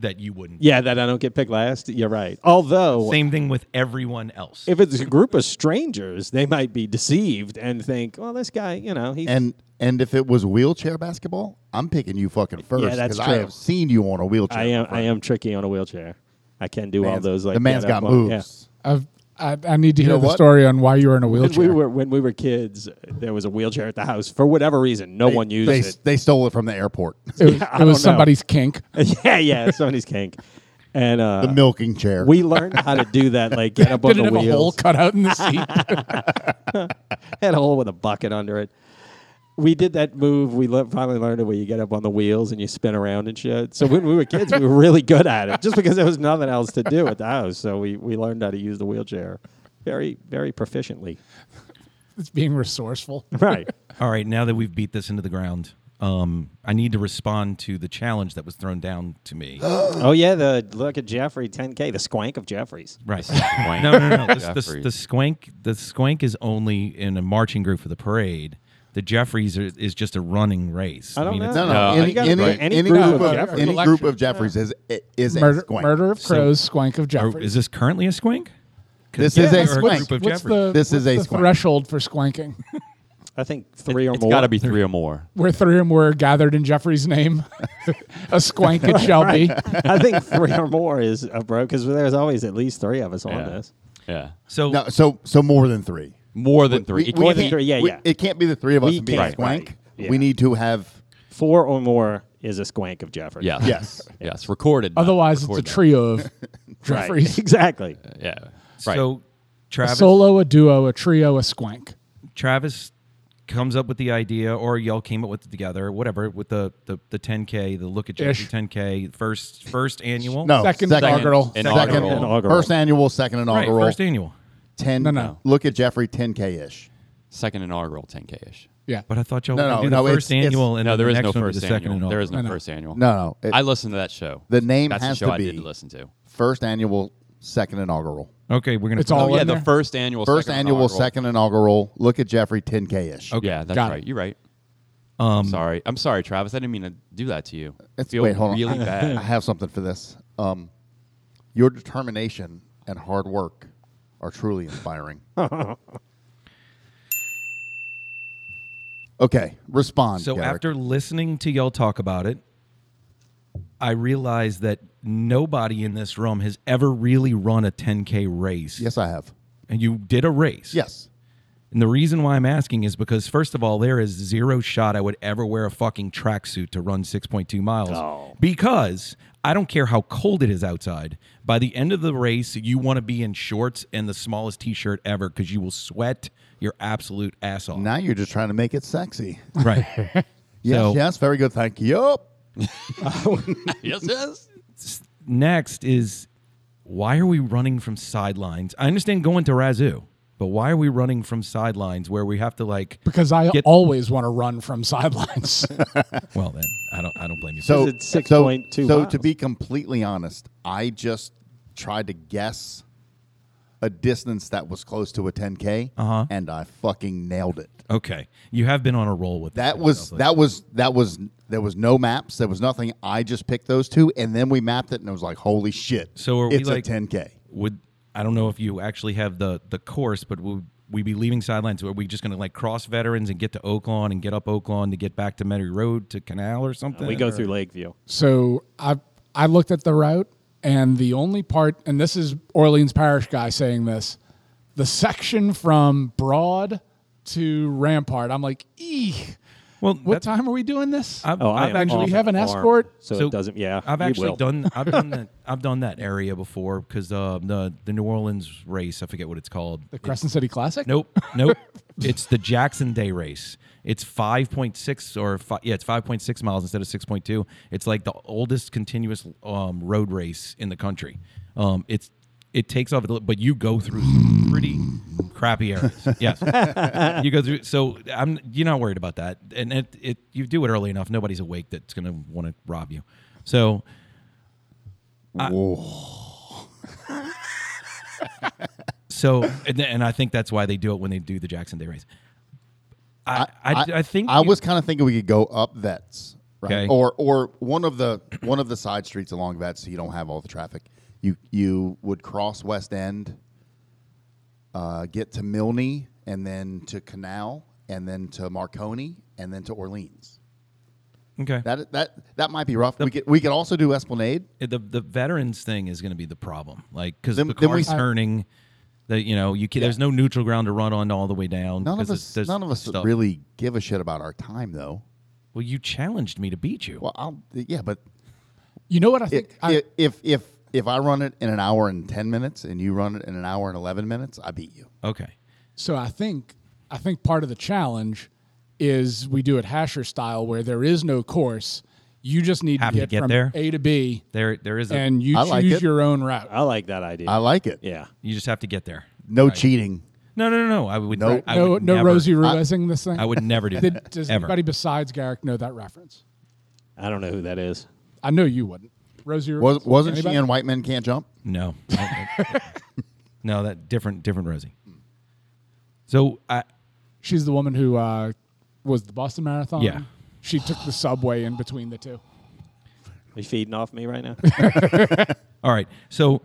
that you wouldn't.
Yeah, that I don't get picked last. You're right. Although
Same thing with everyone else.
if it's a group of strangers, they might be deceived and think, "Well, this guy, you know, he's
And and if it was wheelchair basketball, I'm picking you fucking first
that's
because I
true.
have seen you on a wheelchair.
I am
before.
I am tricky on a wheelchair. I can do all
Man's-
those like
the man's
get
got
up on- yeah.
moves.
I've, I, I need to hear
know
the
what?
story on why you were in a
When
wheelchair.
we were when we were kids, there was a wheelchair at the house for whatever reason. No
They-
one used
they,
it.
They stole it from the airport.
it was,
Yeah,
it was
I don't know.
somebody's kink.
yeah, yeah, Sony's kink. And uh,
the milking chair.
we learned how to do that, like get up on
Did it
the
have a hole
wheels,
cut out in the seat?
had a hole with a bucket under it. we did that move. We le- finally learned it where you get up on the wheels and you spin around and shit. So when we were kids, we were really good at it, just because there was nothing else to do at the house. So we we learned how to use the wheelchair, very very proficiently.
It's being resourceful.
Right.
All right, now that we've beat this into the ground, um, I need to respond to the challenge that was thrown down to me.
oh yeah, the look at Jeffrey 10K, the swank of Jeffrey's.
right.
Swank.
No, no, no. no. The, the,
Jeffries.
the squank, the squank is only in a marching group for the parade. The Jeffries are, is just a running race.
I don't know.
it's-
No, no.
No,
any,
you gotta
any,
put any
any
group
group,
of
of,
Jeffries.
any group of Jeffries is is a
Murder,
squank.
murder of
So-
crows, squank of
are-
Jeffrey.
is this currently a squank? 'Cause
This is
yeah,
a
or
squank.
group of
what's
Jeffries.
the,
This
what's
is a
the
squank.
threshold for swanking?
I think three or
It's
more.
got to be three or more.
Where three or more are gathered in Jeffrey's name, a squank it shall be.
I think three or more is a bro because there's always at least three of us on
Yeah.
this.
Yeah.
So
No, so so more than three.
More than three. It
we-
can't
than
be-
three, yeah,
we-
yeah.
It can't be the three of us
We
and being a
can't,
swank.
right, yeah.
We need to have
Four or more is a squank of Jeffrey's.
yes.
yes.
Yes. Recorded. not
Otherwise, it's a
recorded.
trio of
Right.
Jeffreys.
Exactly.
Yeah. Right.
so Travis
Solo, a duo, a trio, a squank.
Travis comes up with the idea, or y'all came up with it together, whatever, with the the, the 10K, the look at Jeffrey
Ish.
10K, first first annual.
no
Second inaugural.
second,
Inaugural.
Inaugural.
first annual, second
right,
inaugural,
first annual.
ten.
No, no.
Look at Jeffrey, ten k ish.
second inaugural 10K ish.
Yeah.
But I thought y'all
No,
were
no,
gonna do
no,
the
it's-
first
it's-
annual, and
no,
then
there
the
is
next
no
one would be
first
the second
annual.
inaugural.
There is no
know.
first annual.
No, no, it-
I listened to that show.
The name
That's
has
the
to
show I
be-
did listen to.
First annual, second inaugural.
Okay, we're gonna
It's
put-
all
yeah,
in
the
there?
first annual.
Oh, First
second
annual,
inaugural.
second inaugural. Look at Jeffrey, ten k ish.
Okay. Yeah, that's
Got
right.
it.
You're right. Um, sorry. I'm sorry, Travis. I didn't mean to do that to you. I
It's,
feel
wait, hold on.
really
I, I
bad.
have something for this. Um, your determination and hard work are truly inspiring. okay, respond.
So
Garrick.
after listening to y'all talk about it, I realized that nobody in this room has ever really run a 10K race.
yes, I have.
And you did a race.
Yes,
And the reason why I'm asking is because, first of all, there is zero shot I would ever wear a fucking tracksuit to run 6.2 miles. Because I don't care how cold it is outside. By the end of the race, you want to be in shorts and the smallest t shirt ever because you will sweat your absolute ass off.
now you're just trying to make it sexy.
right.
Yes,
So-
yes, very good. Thank you.
yes, yes.
next is why are we running from sidelines? I understand going to Razoo, but why are we running from sidelines where we have to like?
Because I
Get-
always want to run from sidelines.
Well, then I don't. I don't blame you.
So
Because it's 6.2
So, so
miles.
to be completely honest, I just tried to guess a distance that was close to a 10k,
Uh-huh.
and I fucking nailed it.
okay, you have been on a roll with
That was that was that was there was no maps. There was nothing. I just picked those two, and then we mapped it, and it was like, holy shit!
So are we
it's
like-
a 10k?
Would I don't know if you actually have the the course, but would we be leaving sidelines? Are we just going to like cross veterans and get to Oaklawn and get up Oaklawn to get back to Metairie Road to Canal or something?
We go
Or-
through Lakeview.
So I I looked at the route, and the only part, and this is Orleans Parish guy saying this, the section from Broad to Rampart. I'm like, eek.
Well,
What
that's-
time are we doing this?
I've-
Oh, I
I've
am
actually
off
have an
arm,
escort?
so, it doesn't. Yeah,
I've
you
actually
will.
done. I've done that. I've done that area before because uh, the the New Orleans race. I forget what it's called.
the Crescent City Classic?
Nope, nope. it's the Jackson Day race. It's five point six or fi- yeah, it's five point six miles instead of six point two. It's like the oldest continuous um, road race in the country. Um, it's it takes off, but you go through some pretty crappy areas. Yes, you go through. So I'm you're not worried about that, and it, it you do it early enough. Nobody's awake that's gonna want to rob you. So So, and, and I think that's why they do it when they do the Jackson Day race. I, I, I think
I
you-
was kind of thinking we could go up Vets, right?
Okay.
Or or one of the one of the side streets along Vets, so you don't have all the traffic. You you would cross West End, uh, get to Milne, and then to Canal, and then to Marconi, and then to Orleans.
okay.
That that that might be rough. we could we could also do Esplanade.
the the veterans thing is going to be the problem, like because
Then-
the
then we-
car's turning. That you know you can, there's no neutral ground to run on all the way down.
None
'cause
of
it's-
us
there's
none of us
stuff.
really give a shit about our time though.
Well, you challenged me to beat you.
Well, I'll, yeah, but
You know what I
i
think? I,
if if if I run it in an hour and ten minutes and you run it in an hour and eleven minutes, I beat you.
Okay.
so I think I think part of the challenge is we do it hasher style where there is no course. You just need
Have
to
to
get,
get
from
there.
A to B,
There, there is a.
and you
I
choose
like it.
your own route.
I like that idea.
I like it.
yeah.
you just have to get there.
No cheating.
No, no, no, no. I would.
Nope.
I
no,
would
no
never-
Rosie Ruizing this thing.
I would never do
Did-
that.
does
ever.
anybody besides Garrick know that reference?
I don't know who that is.
I know you wouldn't. Rosie Ruizing.
Was, wasn't
Anybody?
she in White Men Can't Jump?
No. I- I- no, that different, different Rosie. So I,
She's the woman who uh, was the Boston Marathon.
Yeah.
She took the subway in between the two.
Are you feeding off me right now?
all right. So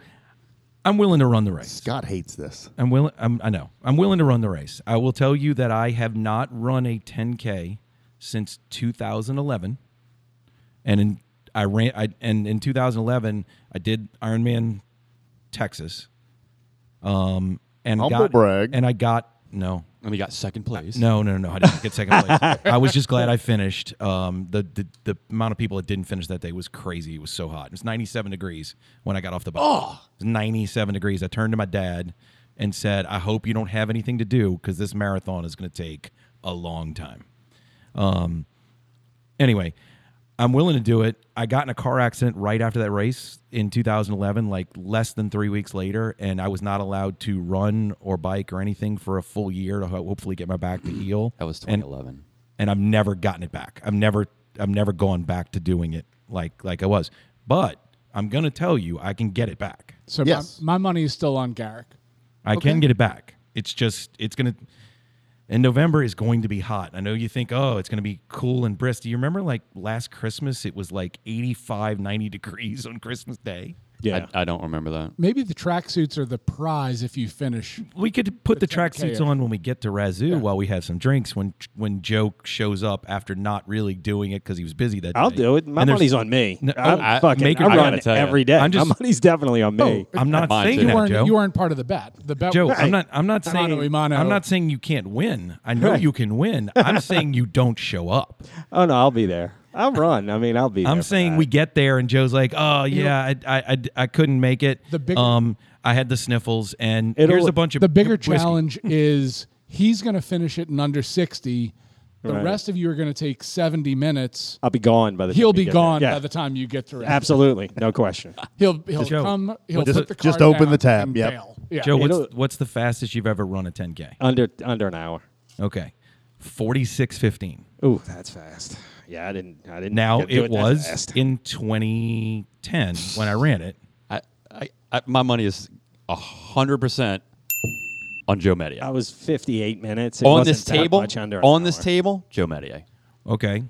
I'm willing to run the race.
Scott hates this.
I'm willing. I'm, I know. I'm willing to run the race. I will tell you that I have not run a 10k since 2011, and in, I ran. I and in 2011 I did Ironman Texas. Um, and
Humble
got,
brag.
And I got no.
And we got second place.
No, no, no. I didn't get second place. I was just glad I finished. Um, the, the the amount of people that didn't finish that day was crazy. It was so hot. It was 97 degrees when I got off the bus. Oh. It was 97 degrees. I turned to my dad and said, "I hope you don't have anything to do because this marathon is going to take a long time." Um, anyway, I'm willing to do it. I got in a car accident right after that race in 2011, like less than three weeks later, and I was not allowed to run or bike or anything for a full year to ho- hopefully get my back to heal.
That was
And-
2011.
and I've never gotten it back. I've never I've never gone back to doing it like like I was. But I'm gonna tell you, I can get it back.
So
Yes.
my, my money is still on Garrick.
I can get it back. It's just it's gonna. And November is going to be hot. I know you think, oh, it's going to be cool and brisk. Do you remember like last Christmas, it was like 85, 90 degrees on Christmas Day?
Yeah.
I, I don't remember that.
Maybe the tracksuits are the prize if you finish.
We could put the, track
10K
suits on when we get to Razoo while we have some drinks. When when Joe shows up after not really doing it because he was busy that
I'll
day.
do it. My
And there's-
money's on me.
No,
I'm
oh,
I-
fucking.
make it-
I
I
run
gotta tell ya.
every day.
I'm just- Oh.
my money's definitely on me.
I'm not
Mine
saying
too. Yeah,
You
that,
weren't,
Joe.
you weren't part of the bet. The bet
Joe,
was
I'm not. I'm not saying.
Mano y mano.
I'm not saying you can't win. I know you can win. I'm saying you don't show up.
oh no, I'll be there. I'll run. I mean, I'll be. there
I'm
for
saying
that.
we get there, and Joe's like, "Oh yeah, I, I, I, I couldn't make it.
The bigger-
um, I had the sniffles, and
It'll-
here's a bunch of
the bigger
whiskey.
challenge is he's going to finish it in under 60. The
Right.
rest of you are going to take 70 minutes.
I'll be gone by the.
He'll
time
be
we get
gone
there. Yeah,
by the time you get through. it.
absolutely, no question.
He'll he'll
Joe,
come. He'll
Just-
put the
just
car
open
down
the tab,
and
yep.
bail. Yeah.
Joe, what's
It'll- Uh,
what's the fastest you've ever run a 10k?
under under an hour.
Okay, 46:15.
Ooh, that's fast. Yeah, I didn't. I didn't.
Now
get to
it,
it that
was
fast.
in 2010 when I ran it.
I, I, I my money is hundred percent on Joe Medier.
I was 58 minutes. It
on
wasn't
this
that
table,
much under an
on this
hour.
table, Joe Medier.
Okay,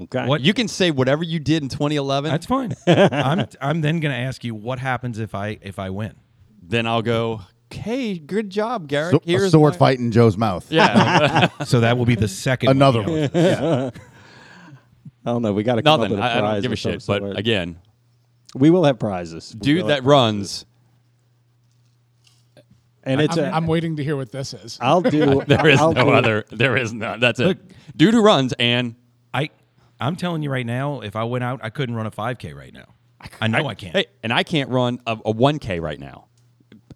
Okay.
What-
You can say whatever you did in 2011.
that's fine. I'm I'm then gonna ask you what happens if I if I win.
then I'll go. Hey, good job, Garrett.
So, a
Here's
sword
my-"
fight in Joe's mouth.
Yeah,
So that will be the second one.
Another one.
I don't know. We got to come up
nothing.
with a
I, I don't
prize.
give a
of some
shit. But
sort.
again,
we will have prizes. We
dude
will
that
have-
runs.
and it's
I'm,
a.
I'm waiting to hear what this is.
I'll do.
There is
I'll
no
do-
other. There is none. That's it. Dude who runs and
I I'm telling you right now, if I went out, I couldn't run a 5K right now. I know I, can't.
hey, and I can't run a, a 1K right now.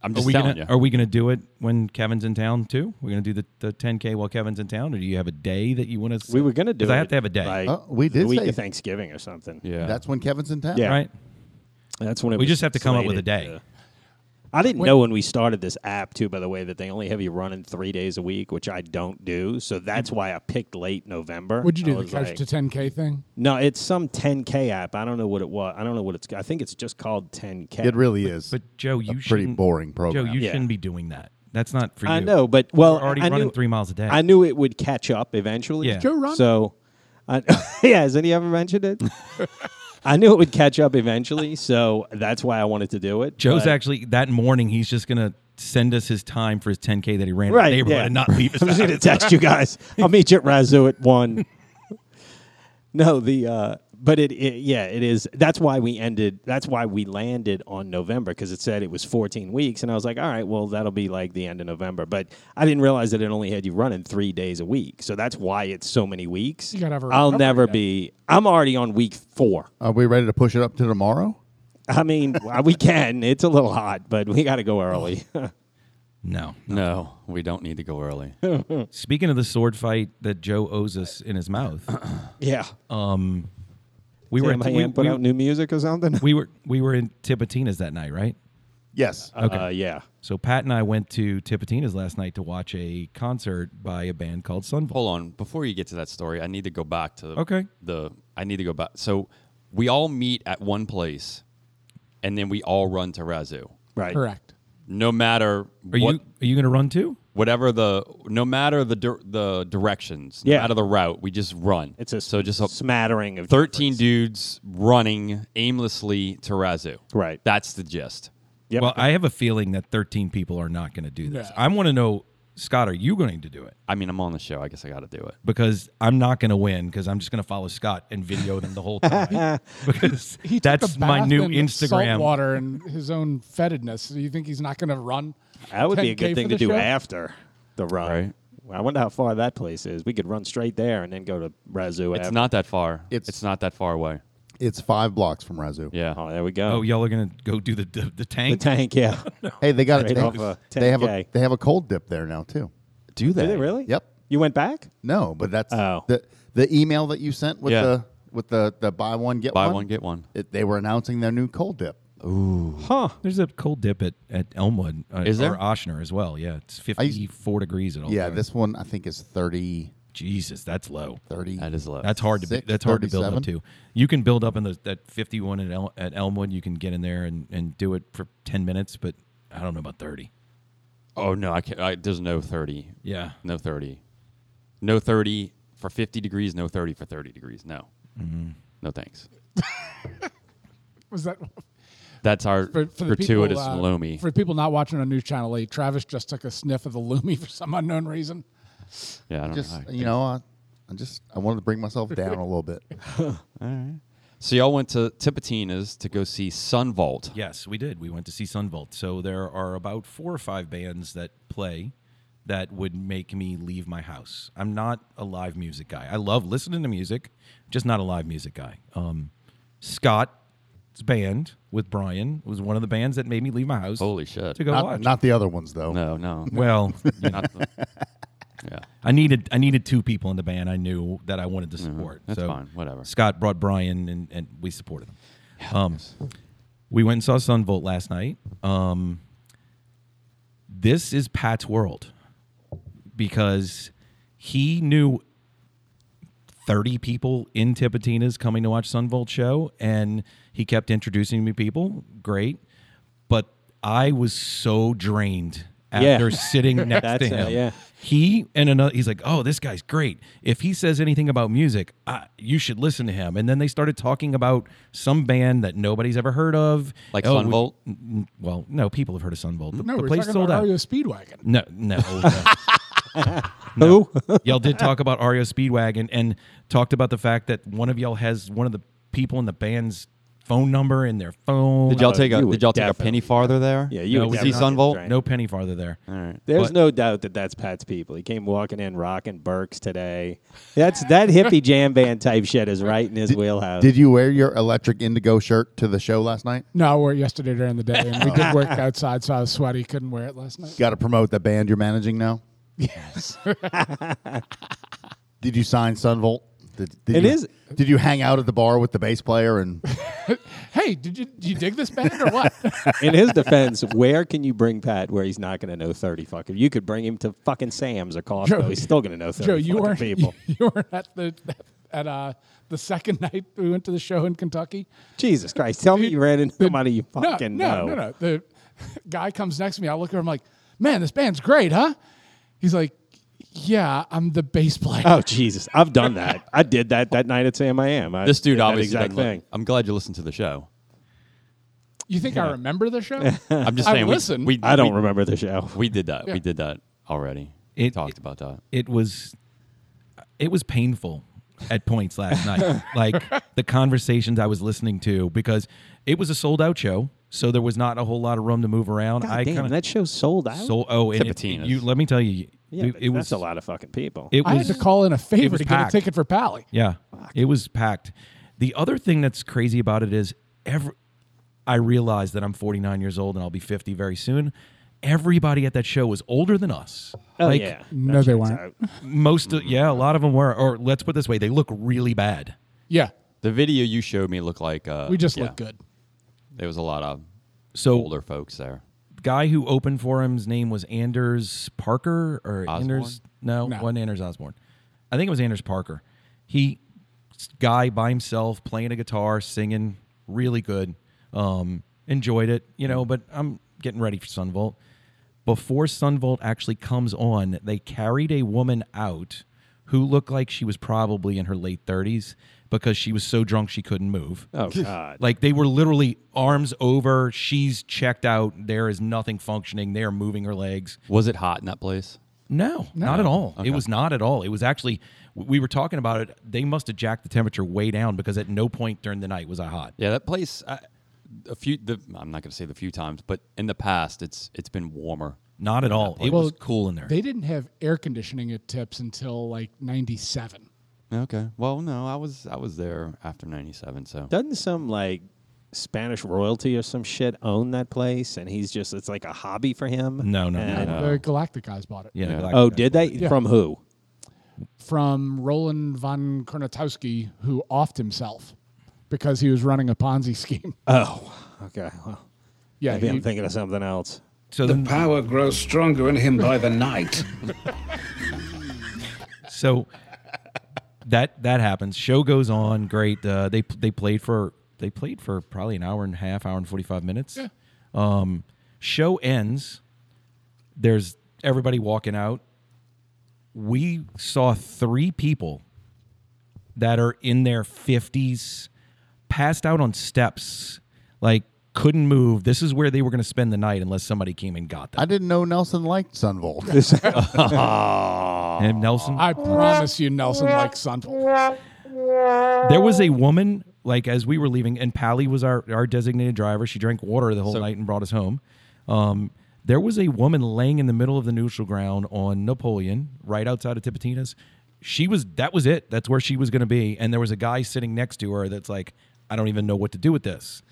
I'm
are
just
we
telling
gonna
you.
are we gonna do it when Kevin's in town too? We're gonna do the, the 10K while Kevin's in town, or do you have a day that you want to?
We were gonna do.
I
it
have to have a day,
like
Oh, we did
the week
say-
of Thanksgiving or something.
yeah,
That's when Kevin's in town.
Yeah.
right?
That's when it
We
was
just have to come up with a
slated,
day.
yeah. I didn't know when we started this app too, by the way, that they only have you running three days a week, which I don't do. So that's why I picked late November.
What'd you
I
do? The
was
couch
like-
to 10K thing?
No, it's some 10K app. I don't know what it was. I don't know what it's. I think it's just called 10K.
It really is.
But Joe, you
pretty
shouldn't-
boring program.
Joe, you
Yeah.
shouldn't be doing that. That's not for you.
I know, but well,
We're already
I
running
knew,
three miles a day.
I knew it would catch up eventually.
Yeah. Does Joe
run?
So, I, yeah, has any ever mentioned it? I knew it would catch up eventually, so that's why I wanted to do it.
Joe's
but-
actually that morning. He's just gonna send us his time for his 10K that he ran in
Right,
the neighborhood
yeah.
and not leave us.
I'm just
out.
gonna text you guys. I'll meet you at Razoo at one. no, the uh, but it, it yeah it is. That's why we ended. That's why we landed on November because it said it was 14 weeks, and I was like, all right, well that'll be like the end of November. But I didn't realize that it only had you running three days a week, so that's why it's so many weeks.
You gotta have a
I'll
recovery
never
day.
be. I'm already on week four. uh,
Are we ready to push it up to tomorrow?
I mean, we can. It's a little hot, but we got to go early.
No.
No, we don't need to go early.
Speaking of the sword fight that Joe owes us in his mouth,
Yeah.
we Uh, were
Sam
we,
Hamm put
we-
out new music or something?
we were we were in Tipitina's that night, right?
Yes.
Okay. Uh, yeah.
So Pat and I went to Tipitina's last night to watch a concert by a band called Sunvolt.
Hold on, before you get to that story, I need to go back to
Okay.
the I need to go back. So we all meet at one place, and then we all run to Razu.
Right.
Correct.
No matter
Are
what,
you are you going to run too?
whatever the no matter the dir- the directions, no
Yeah.
matter the route, we just run.
It's a
so just a,
smattering of
thirteen
different-
dudes running aimlessly to Razu.
Right.
That's the gist.
Yep.
Well, I have a feeling that 13 people are not going to do this.
No.
I want to know, Scott, are you going to do it?
I mean, I'm on the show. I guess I got to do it.
Because I'm not going to win because I'm just going to follow Scott and video them the whole time. because
He took
that's
a
my
bath
new
in Salt
Instagram.
water and his own fetidness. Do you think he's not going to run?
that would be a
10K
good thing
for
to
the
do
show?
after the run.
Right.
Well, I wonder how far that place is. We could run straight there and then go to Razoo.
It's
after.
not that far. It's,
It's-
not that far away.
It's five blocks from Razu.
Yeah.
Oh, there we go.
Oh, y'all are going to go do the, the, the
the
tank?
tank. Yeah.
Hey, they got
Right
they,
off a
they have a
10K.
they have a cold dip there now too.
Do that.
Did it really?
Yep.
You went back?
No, but that's
Oh.
the the email that you sent with
Yeah.
the with the the buy one get
Buy
one,
one, get one.
It, they were announcing their new cold dip.
Huh.
There's a cold dip at, at Elmwood uh,
Is there?
or Oshner as well. Yeah, it's 54 degrees at all.
Yeah,
times.
this one I think is 30,
Jesus, that's low.
30
That is low.
That's hard to
Six,
that's hard to build up
37?
to. You can build up in the that 51 at, El, at Elmwood. You can get in there and, and do it for 10 minutes, but I don't know about 30.
Oh no, I can't. I, there's no thirty.
Yeah.
No thirty. No thirty for fifty degrees. No thirty for thirty degrees. No. No thanks.
Was that
That's our
for, for the
gratuitous
people, uh,
loamy.
For people not watching on News Channel 8, Travis just took a sniff of the Loomy for some unknown reason.
yeah. I don't know.
Just
how I-
you know, I, I just I wanted to bring myself down a little bit.
So y'all went to Tipitina's to go see Sun Vault.
Yes, we did. We went to see Sunvolt. So there are about four or five bands that play that would make me leave my house. I'm not a live music guy. I love listening to music, just not a live music guy. Um, Scott's band with Brian was one of the bands that made me leave my house.
Holy shit.
To go
Not,
watch.
not the other ones though.
No, no.
well,
Not the- yeah.
I needed I needed two people in the band I knew that I wanted to
Mm-hmm.
support.
that's
so
fine, whatever.
Scott brought Brian and, and we supported him. Um, we went and saw Sunvolt last night. Um, this is Pat's world because he knew 30 people in Tipitina's coming to watch Sunvolt show and he kept introducing me people. Great. But I was so drained
Yeah.
after sitting next to
That's, uh,
him.
yeah.
He and another he's like, "Oh, this guy's great. If he says anything about music, I, you should listen to him." And then they started talking about some band that nobody's ever heard of.
Like
oh, we-
Sunvolt?
n- n- well, no, people have heard of Sunvolt. The,
No,
the
we're
place
talking
sold
about
out.
Ario Speedwagon.
No, no. no.
Who?
y'all did talk about Ario Speedwagon and talked about the fact that one of y'all has one of the people in the band's phone number in their phone.
Did y'all take
you
a
would
Did y'all take a penny
definitely-
farther there?
Yeah, you
No,
would
was he
definitely
Sunvolt?
drain.
no penny farther there.
All right.
There's
But-
no doubt that that's Pat's people. He came walking in rocking Burks today. That's that hippie jam band type shit is right in his wheelhouse.
Did you wear your electric indigo shirt to the show last night?
No, I wore it yesterday during the day, and we did work outside, so I was sweaty. Couldn't wear it last night.
Got to promote the band you're managing now.
Yes.
Did you sign Sunvolt? Did, did
It
you,
is-
Did you hang out at the bar with the bass player and
hey, did you did you dig this band or what?
in his defense, where can you bring Pat where he's not going to know thirty fucking? You could bring him to fucking Sam's or Costco.
Joe-
he's still going to know thirty
Joe, you
fucking
weren't
people.
You, you weren't at the at uh the second night we went to the show in Kentucky.
Jesus Christ! Tell me you ran into somebody you
No,
fucking
no,
know.
no, no. The guy comes next to me. I look at him like, man, this band's great, huh? He's like, yeah, I'm the bass player.
Oh Jesus! I've done that. I did that that night at Sam. I am. I
This dude
did that
obviously.
exact
doesn't
thing.
look- I'm glad you listened to the show.
you think I remember the show?
I'm just
I
saying. we-
listened.
We,
I don't
we,
remember the show.
We did that.
Yeah.
We did that already.
It-
talked
it-
about that.
It was it was painful at points last night. Like the conversations I was listening to because it was a sold out show, so there was not a whole lot of room to move around.
God
I
damn,
kinda
that show sold out.
sold oh and it,
Tipitina's.
you let me tell you
yeah,
it,
but
it
that's
was
a lot of fucking people.
It
I
was
had to call in a
it
favor
was
to
packed.
get a ticket for Pally.
Yeah, it was packed. The other thing that's crazy about it is every. I realize that I'm 49 years old and I'll be 50 very soon, everybody at that show was older than us.
Oh
like,
yeah, that
No, they
checks
weren't.
out.
Most,
Mm-hmm.
of, yeah, a lot of them were. Or let's put it this way, they look really bad.
Yeah,
The video you showed me looked like uh,
we just
yeah,
look good.
There was a lot of
So
older folks there.
guy who opened for him's name was Anders Parker or
Osborne?
Anders no,
No.
wasn't Anders Osborne. I think it was Anders Parker. He s- guy by himself playing a guitar, singing, really good. Um, enjoyed it, you know, but I'm getting ready for Sunvolt. Before Sunvolt actually comes on, they carried a woman out who looked like she was probably in her late 30s because she was so drunk she couldn't move.
Oh god,
Like they were literally arms over. She's checked out. There is nothing functioning. They are moving her legs.
Was it hot in that place?
No, not at all. It was not at all. It was actually, we were talking about it. They must have jacked the temperature way down because at no point during the night was I hot.
Yeah, that place. I, a few. The, I'm not going to say the few times, but in the past, it's it's been warmer.
Not at all. It was
Well,
cool in there.
They didn't have air conditioning at tips until like '97.
Okay. Well, no, I was I was there after '97, so
doesn't some like Spanish royalty or some shit own that place? And he's just it's like a hobby for him.
No, no, no,
And-
no.
The Galactic guys bought it
yeah.
Yeah.
like-
Oh, did they? From who?
from Roland von Kurnatowski, who offed himself because he was running a Ponzi scheme.
Oh, okay. Well,
yeah,
maybe
he-
I'm thinking of something else.
So,
The
then-
power grows stronger in him by the night.
so that, that happens. Show goes on. Great. Uh, they, they played for, they played for probably an hour and a half, hour and 45 minutes. Yeah. Um, show ends. There's everybody walking out. We saw three people that are in their 50s, passed out on steps, like couldn't move. This is where they were going to spend the night unless somebody came and got them.
I didn't know Nelson liked Sunvolt.
and Nelson,
I promise you, Nelson likes Sunvolt.
there was a woman, like as we were leaving, and Pally was our, our designated driver. She drank water the whole night and brought us home. Um, there was a woman laying in the middle of the neutral ground on Napoleon, right outside of Tipitina's. She was that was it. That's where she was going to be. And there was a guy sitting next to her that's like, I don't even know what to do with this.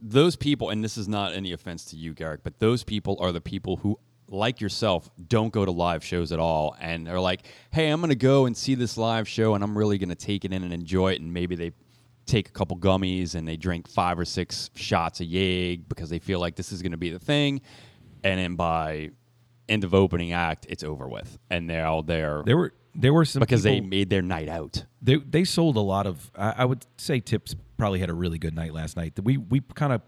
those people, and this is not any offense to you, Garrick, but those people are the people who, like yourself, don't go to live shows at all, and are like, "Hey, I'm going to go and see this live show, and I'm really going to take it in and enjoy it." And maybe they take a couple gummies and they drink five or six shots of Yag because they feel like this is going to be the thing, and then by end of opening act, it's over with, and they're all there
There were there were some
because they
people-
made their night out.
they they sold a lot of. I, I would say Tips probably had a really good night last night. We we kind of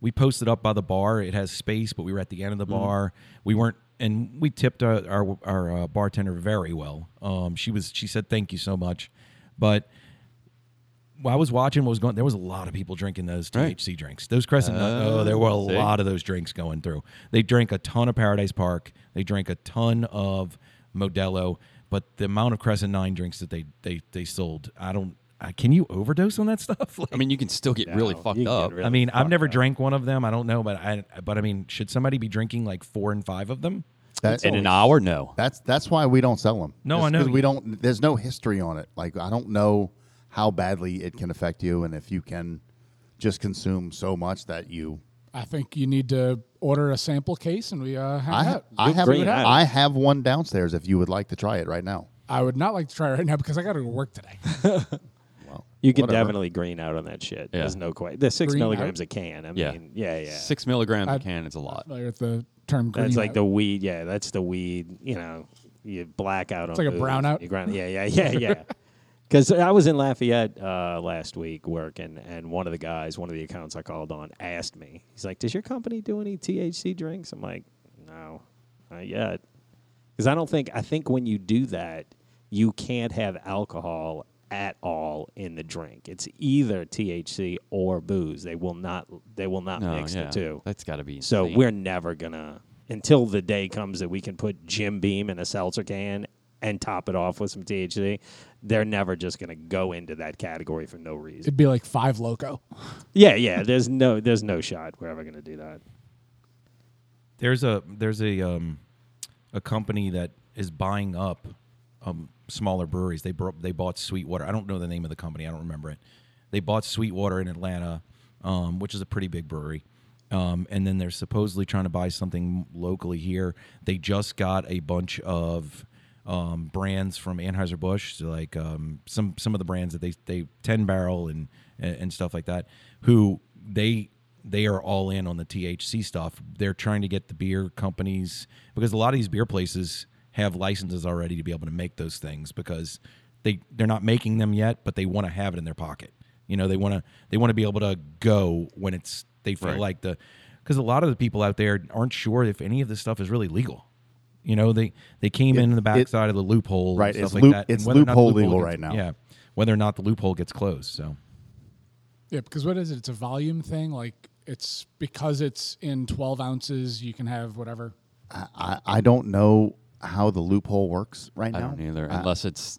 we posted up by the bar. It has space, but we were at the end of the bar. We weren't, and we tipped our our, our uh, bartender very well. Um, she was she said thank you so much, but. While I was watching what was going, there was a lot of people drinking those
Right.
THC drinks. Those Crescent, Nut- oh, there were a
see?
lot of those drinks going through. They drank a ton of Paradise Park. They drank a ton of Modelo, but the amount of Crescent Nine drinks that they they they sold, I don't. I, can you overdose on that stuff? Like,
I mean, you can still get really
No,
fucked
you can
up.
really
I mean, I've
fuck
never
up.
drank one of them. I don't know, but I but I mean, should somebody be drinking like four and five of them?
That-
in an hour, no.
That's that's why we don't sell them.
No,
Just
I know.
'cause We don't. There's no history on it. Like I don't know how badly it can affect you, and if you can just consume so much that you.
I think you need to order a sample case and we uh, hang
I ha-
out.
I have
bring it out.
I have one downstairs. If you would like to try it right now,
I would not like to try it right now because I got to go work today.
You can
Whatever.
definitely green out on that shit.
Yeah.
There's no question. The six
Green out?
milligrams a can. I
Yeah.
mean, yeah, yeah.
Six milligrams a
I'd-
can is a lot.
Familiar with the term green.
That's like
out.
the weed. Yeah, that's the weed. You know, you black out. It's on
like a
booze,
brownout.
You grind, yeah, yeah, yeah, yeah. Because I was in Lafayette uh, last week working, and one of the guys, one of the accounts I called on, asked me. He's like, "Does your company do any THC drinks?" I'm like, "No, not yet." Because I don't think I think when you do that, you can't have alcohol at all in the drink. It's either THC or booze. They will not. They will not
No,
mix
Oh, yeah.
the two.
That's got to be.
So
insane.
we're never gonna until the day comes that we can put Jim Beam in a seltzer can and top it off with some THC. They're never just gonna go into that category for no reason.
It'd be like five loco.
Yeah, yeah. There's no there's no shot we're ever gonna do that.
There's a there's a um, a company that is buying up um, smaller breweries. They brought they bought Sweetwater. I don't know the name of the company. I don't remember it. They bought Sweetwater in Atlanta, um, which is a pretty big brewery, Um, and then they're supposedly trying to buy something locally here. They just got a bunch of um, brands from Anheuser Busch, so like um, some some of the brands that they they Ten Barrel and and stuff like that, who they they are all in on the THC stuff. They're trying to get the beer companies because a lot of these beer places have licenses already to be able to make those things because they they're not making them yet, but they want to have it in their pocket. You know, they want to they want to be able to go when it's they feel like the because a lot of the people out there aren't sure if any of this stuff is really legal. You know, they they came in the backside of the loophole,
Right,
And stuff
it's
like
loop-
that. and
it's
whether or not the
loophole legal
gets-
right now.
Yeah, whether or not the loophole gets closed. So
Yeah, because what is it? It's a volume thing. Like it's because it's in twelve ounces, you can have whatever.
I, I don't know how the loophole works right
I
now.
don't either,
I-
unless it's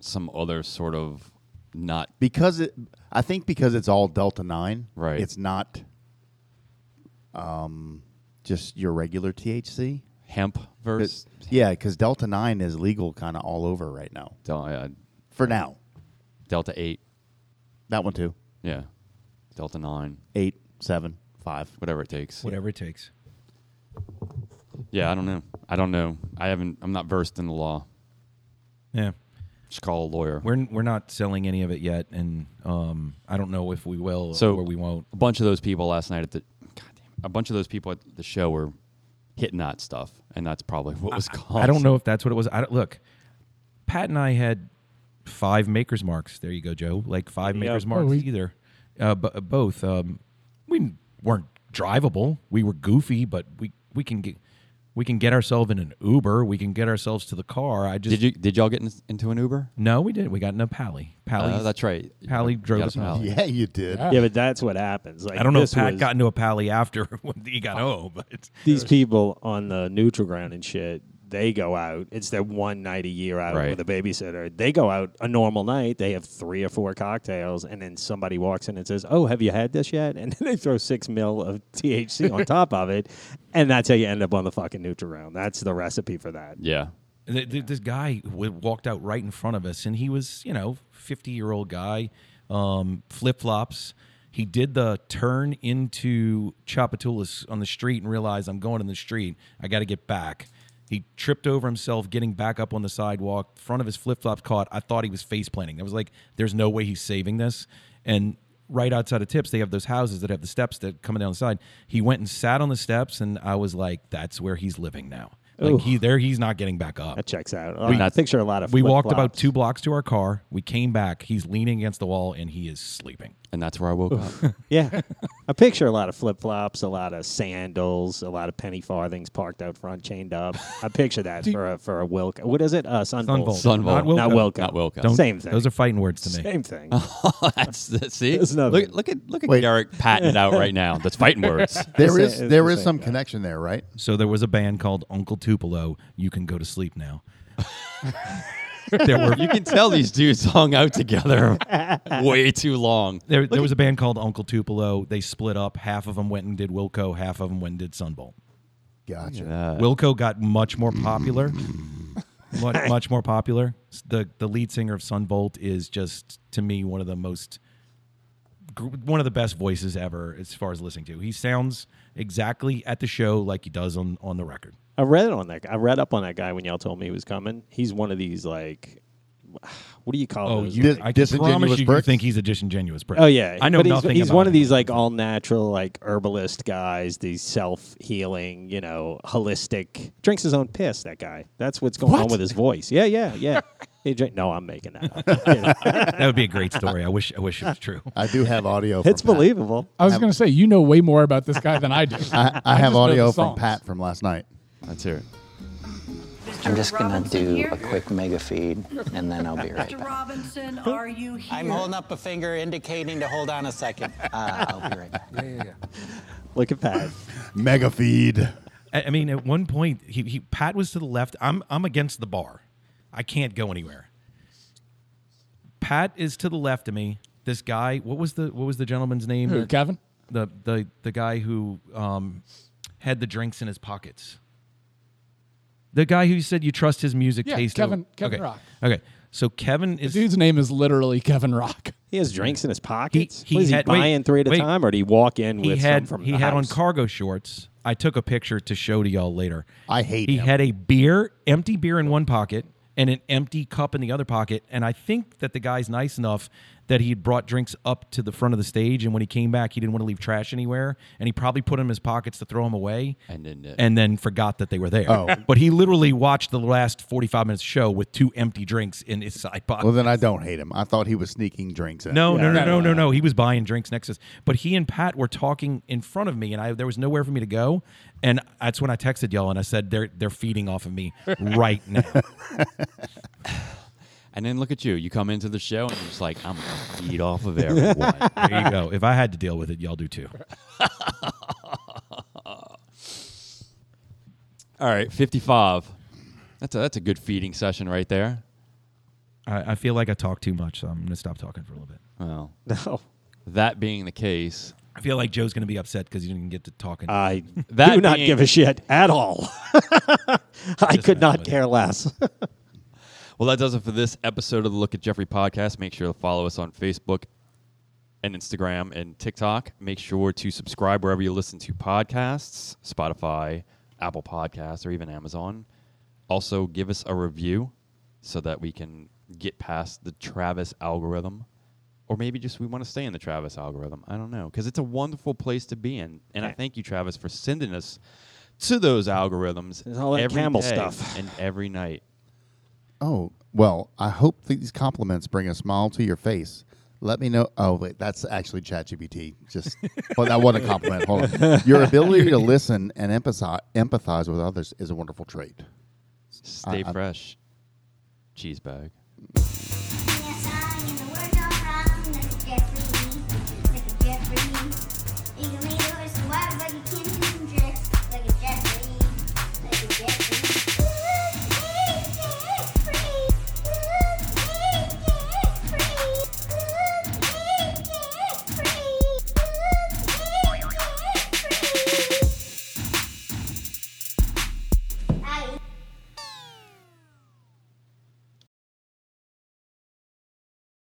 some other sort of not
because it, I think because it's all Delta Nine.
Right.
It's not, um, just your regular THC.
hemp
It-
verse.
yeah, because Delta Nine is legal kind of all over right now.
Del- uh,
For now,
Delta eight,
that one too.
yeah, Delta nine,
Eight, seven, five.
whatever it takes.
whatever it takes.
Yeah, I don't know. I don't know. I haven't. I'm not versed in the law.
Yeah.
Just call a lawyer.
We're we're not selling any of it yet, and um, I don't know if we will
So-
or we won't.
a bunch of those people last night at the God damn, it, a bunch of those people at the show were hitting that stuff, and that's probably what was caused.
I don't know if that's what it was. I don't, look, Pat and I had five makers marks. There you go, Joe. Like five makers marks
Oh, we-
either. Uh, b- uh, both. Um, we weren't drivable. We were goofy, but we we can get we can get ourselves in an Uber. We can get ourselves to the car. I just
Did you did y'all get in, into an Uber?
no, we didn't. We got in a Pally. Pally.
Uh, that's right.
Pally
You
drove
got a
us home.
Pally.
Yeah, you did.
Yeah.
Oh, Yeah, but that's what happens. Like,
I don't know
this
if Pat
was-
got into a Pally after when he got home, but
these people on the neutral ground and shit. They go out. It's their one night a year out
Right.
with a babysitter. They go out a normal night. They have three or four cocktails, and then somebody walks in and says, "Oh, have you had this yet?" And then they throw six mil of THC on top of it, and that's how you end up on the fucking neutral ground. That's the recipe for that.
Yeah.
And th- th- This guy w- walked out right in front of us, and he was, you know, fifty-year-old guy, um, flip-flops. He did the turn into Chapatulas on the street and realized I'm going in the street. I got to get back. He tripped over himself getting back up on the sidewalk. Front of his flip-flops caught. I thought he was face planting. I was like, "There's no way he's saving this." And right outside of Tips, they have those houses that have the steps that coming down the side. He went and sat on the steps, and I was like, "That's where he's living now." Like
Ooh.
he there, he's not getting back up.
That checks out. Uh, I picture a lot of.
We walked about
flip-flops.
two blocks to our car. We came back. He's leaning against the wall and he is sleeping.
And that's where I woke up.
Yeah, I picture a lot of flip flops, a lot of sandals, a lot of penny farthings parked out front, chained up. I picture that for a, for a Wilco. What is it? Uh, Sunvolt.
Sunvolt. Not Wilco.
Not Wilco.
Not Wilco. Uh-huh.
Don't-
Same thing.
Those are fighting words to me.
Same thing.
that's, that's see.
It's nothing.
Look, look at look at Derek patting it out right now. That's fighting words.
There
It's
is
the- it's
there
the
is
same
some
guy.
connection there, right?
So there was a band called Uncle Tupelo. You can go to sleep now. there were
You can tell these dudes hung out together way too long.
there, there was a band called Uncle Tupelo. They split up. Half of them went and did Wilco. Half of them went and did Sunbolt.
Gotcha.
Wilco got much more popular. much, much more popular. S- The the lead singer of Sunvolt is just to me one of the most gr- one of the best voices ever as far as listening to. He sounds exactly at the show like he does on on the record.
I read on that. I read up on that guy when y'all told me he was coming. He's one of these like, what do you call
Oh,
those?
you,
Dis-
I can
disingenuous
promise you, you
pricks?
think he's a disingenuous prick.
Oh yeah,
I know
But he's,
nothing.
He's
about
one of
him.
these like all natural, like herbalist guys. These self healing, you know, holistic. Drinks his own piss. That guy. That's what's going on with his voice. Yeah, yeah, yeah. he drink. No, I'm making that. up. I'm kidding.
that would be a great story. I wish I wish it was true.
I do have audio.
it's
from Pat.
believable.
I was going to say you know way more about this guy than I do.
I, I,
just
have
know
audio
the
from
songs.
Pat from last night.
Let's hear it.
I'm just gonna
Robinson
do
here?
a quick mega feed, and then I'll be right
Mr.
back.
Robinson, are you here?
I'm holding up a finger indicating to hold on a second.
Uh, I'll be right back.
Look at Pat.
Mega feed.
I, I mean, at one point, he, he Pat was to the left. I'm I'm against the bar. I can't go anywhere. Pat is to the left of me. This guy, what was the what was the gentleman's name?
Who,
that-
Kevin?
The the the guy who um, had the drinks in his pockets. The guy who said you trust his music
Yeah,
taste.
Kevin- Kevin
okay.
Rock.
Okay, so Kevin is
Dude's name is literally Kevin Rock.
He has drinks in his pockets.
he
What is
had-
he
wait,
buying three at a
wait.
time, or do he walk in
he
with
had
some from
he
the
had on
house?
cargo shorts. I took a picture to show to y'all later.
I hate
He
him.
had a beer, empty beer in one pocket and an empty cup in the other pocket. And I think that the guy's nice enough that he had brought drinks up to the front of the stage. And when he came back, he didn't want to leave trash anywhere, and he probably put 'em in his pockets to throw them away.
And then, uh,
and then forgot that they were there. Oh. but he literally watched the last forty five minutes show with two empty drinks in his side pocket.
Well, then I don't hate him. I thought he was sneaking drinks in.
No, no, no,
Yeah.
no, no, no. He was buying drinks next to us. But he and Pat were talking in front of me, and I there was nowhere for me to go. And that's when I texted y'all and I said they're they're feeding off of me right now.
and then look at you. You come into the show and you're just like, I'm gonna feed off of everyone.
there you go. If I had to deal with it, y'all do too.
All right, 55. That's a that's a good feeding session right there.
I, I feel like I talk too much, so I'm gonna stop talking for a little bit.
Well,
No,
that being the case,
I feel like Joe's gonna be upset because he didn't get to talking.
I
That
do not
being-
give a shit at all. I could not
with
care less.
Well, that does it for this episode of the Look at Jeffrey podcast. Make sure to follow us on Facebook and Instagram and TikTok. Make sure to subscribe wherever you listen to podcasts Spotify, Apple Podcasts, or even Amazon. Also, give us a review so that we can get past the Travis algorithm. Or maybe just we want to stay in the Travis algorithm. I don't know. Because it's a wonderful place to be in. And I thank you, Travis, for sending us to those algorithms
There's all that
every
camel
day
stuff.
and every night.
Oh, well, I hope these compliments bring a smile to your face. Let me know. Oh, wait, that's actually ChatGPT. Just, well, that wasn't a compliment. Hold on. Your ability to listen and empathize, empathize with others is a wonderful trait.
Stay
I-
fresh. Cheese bag.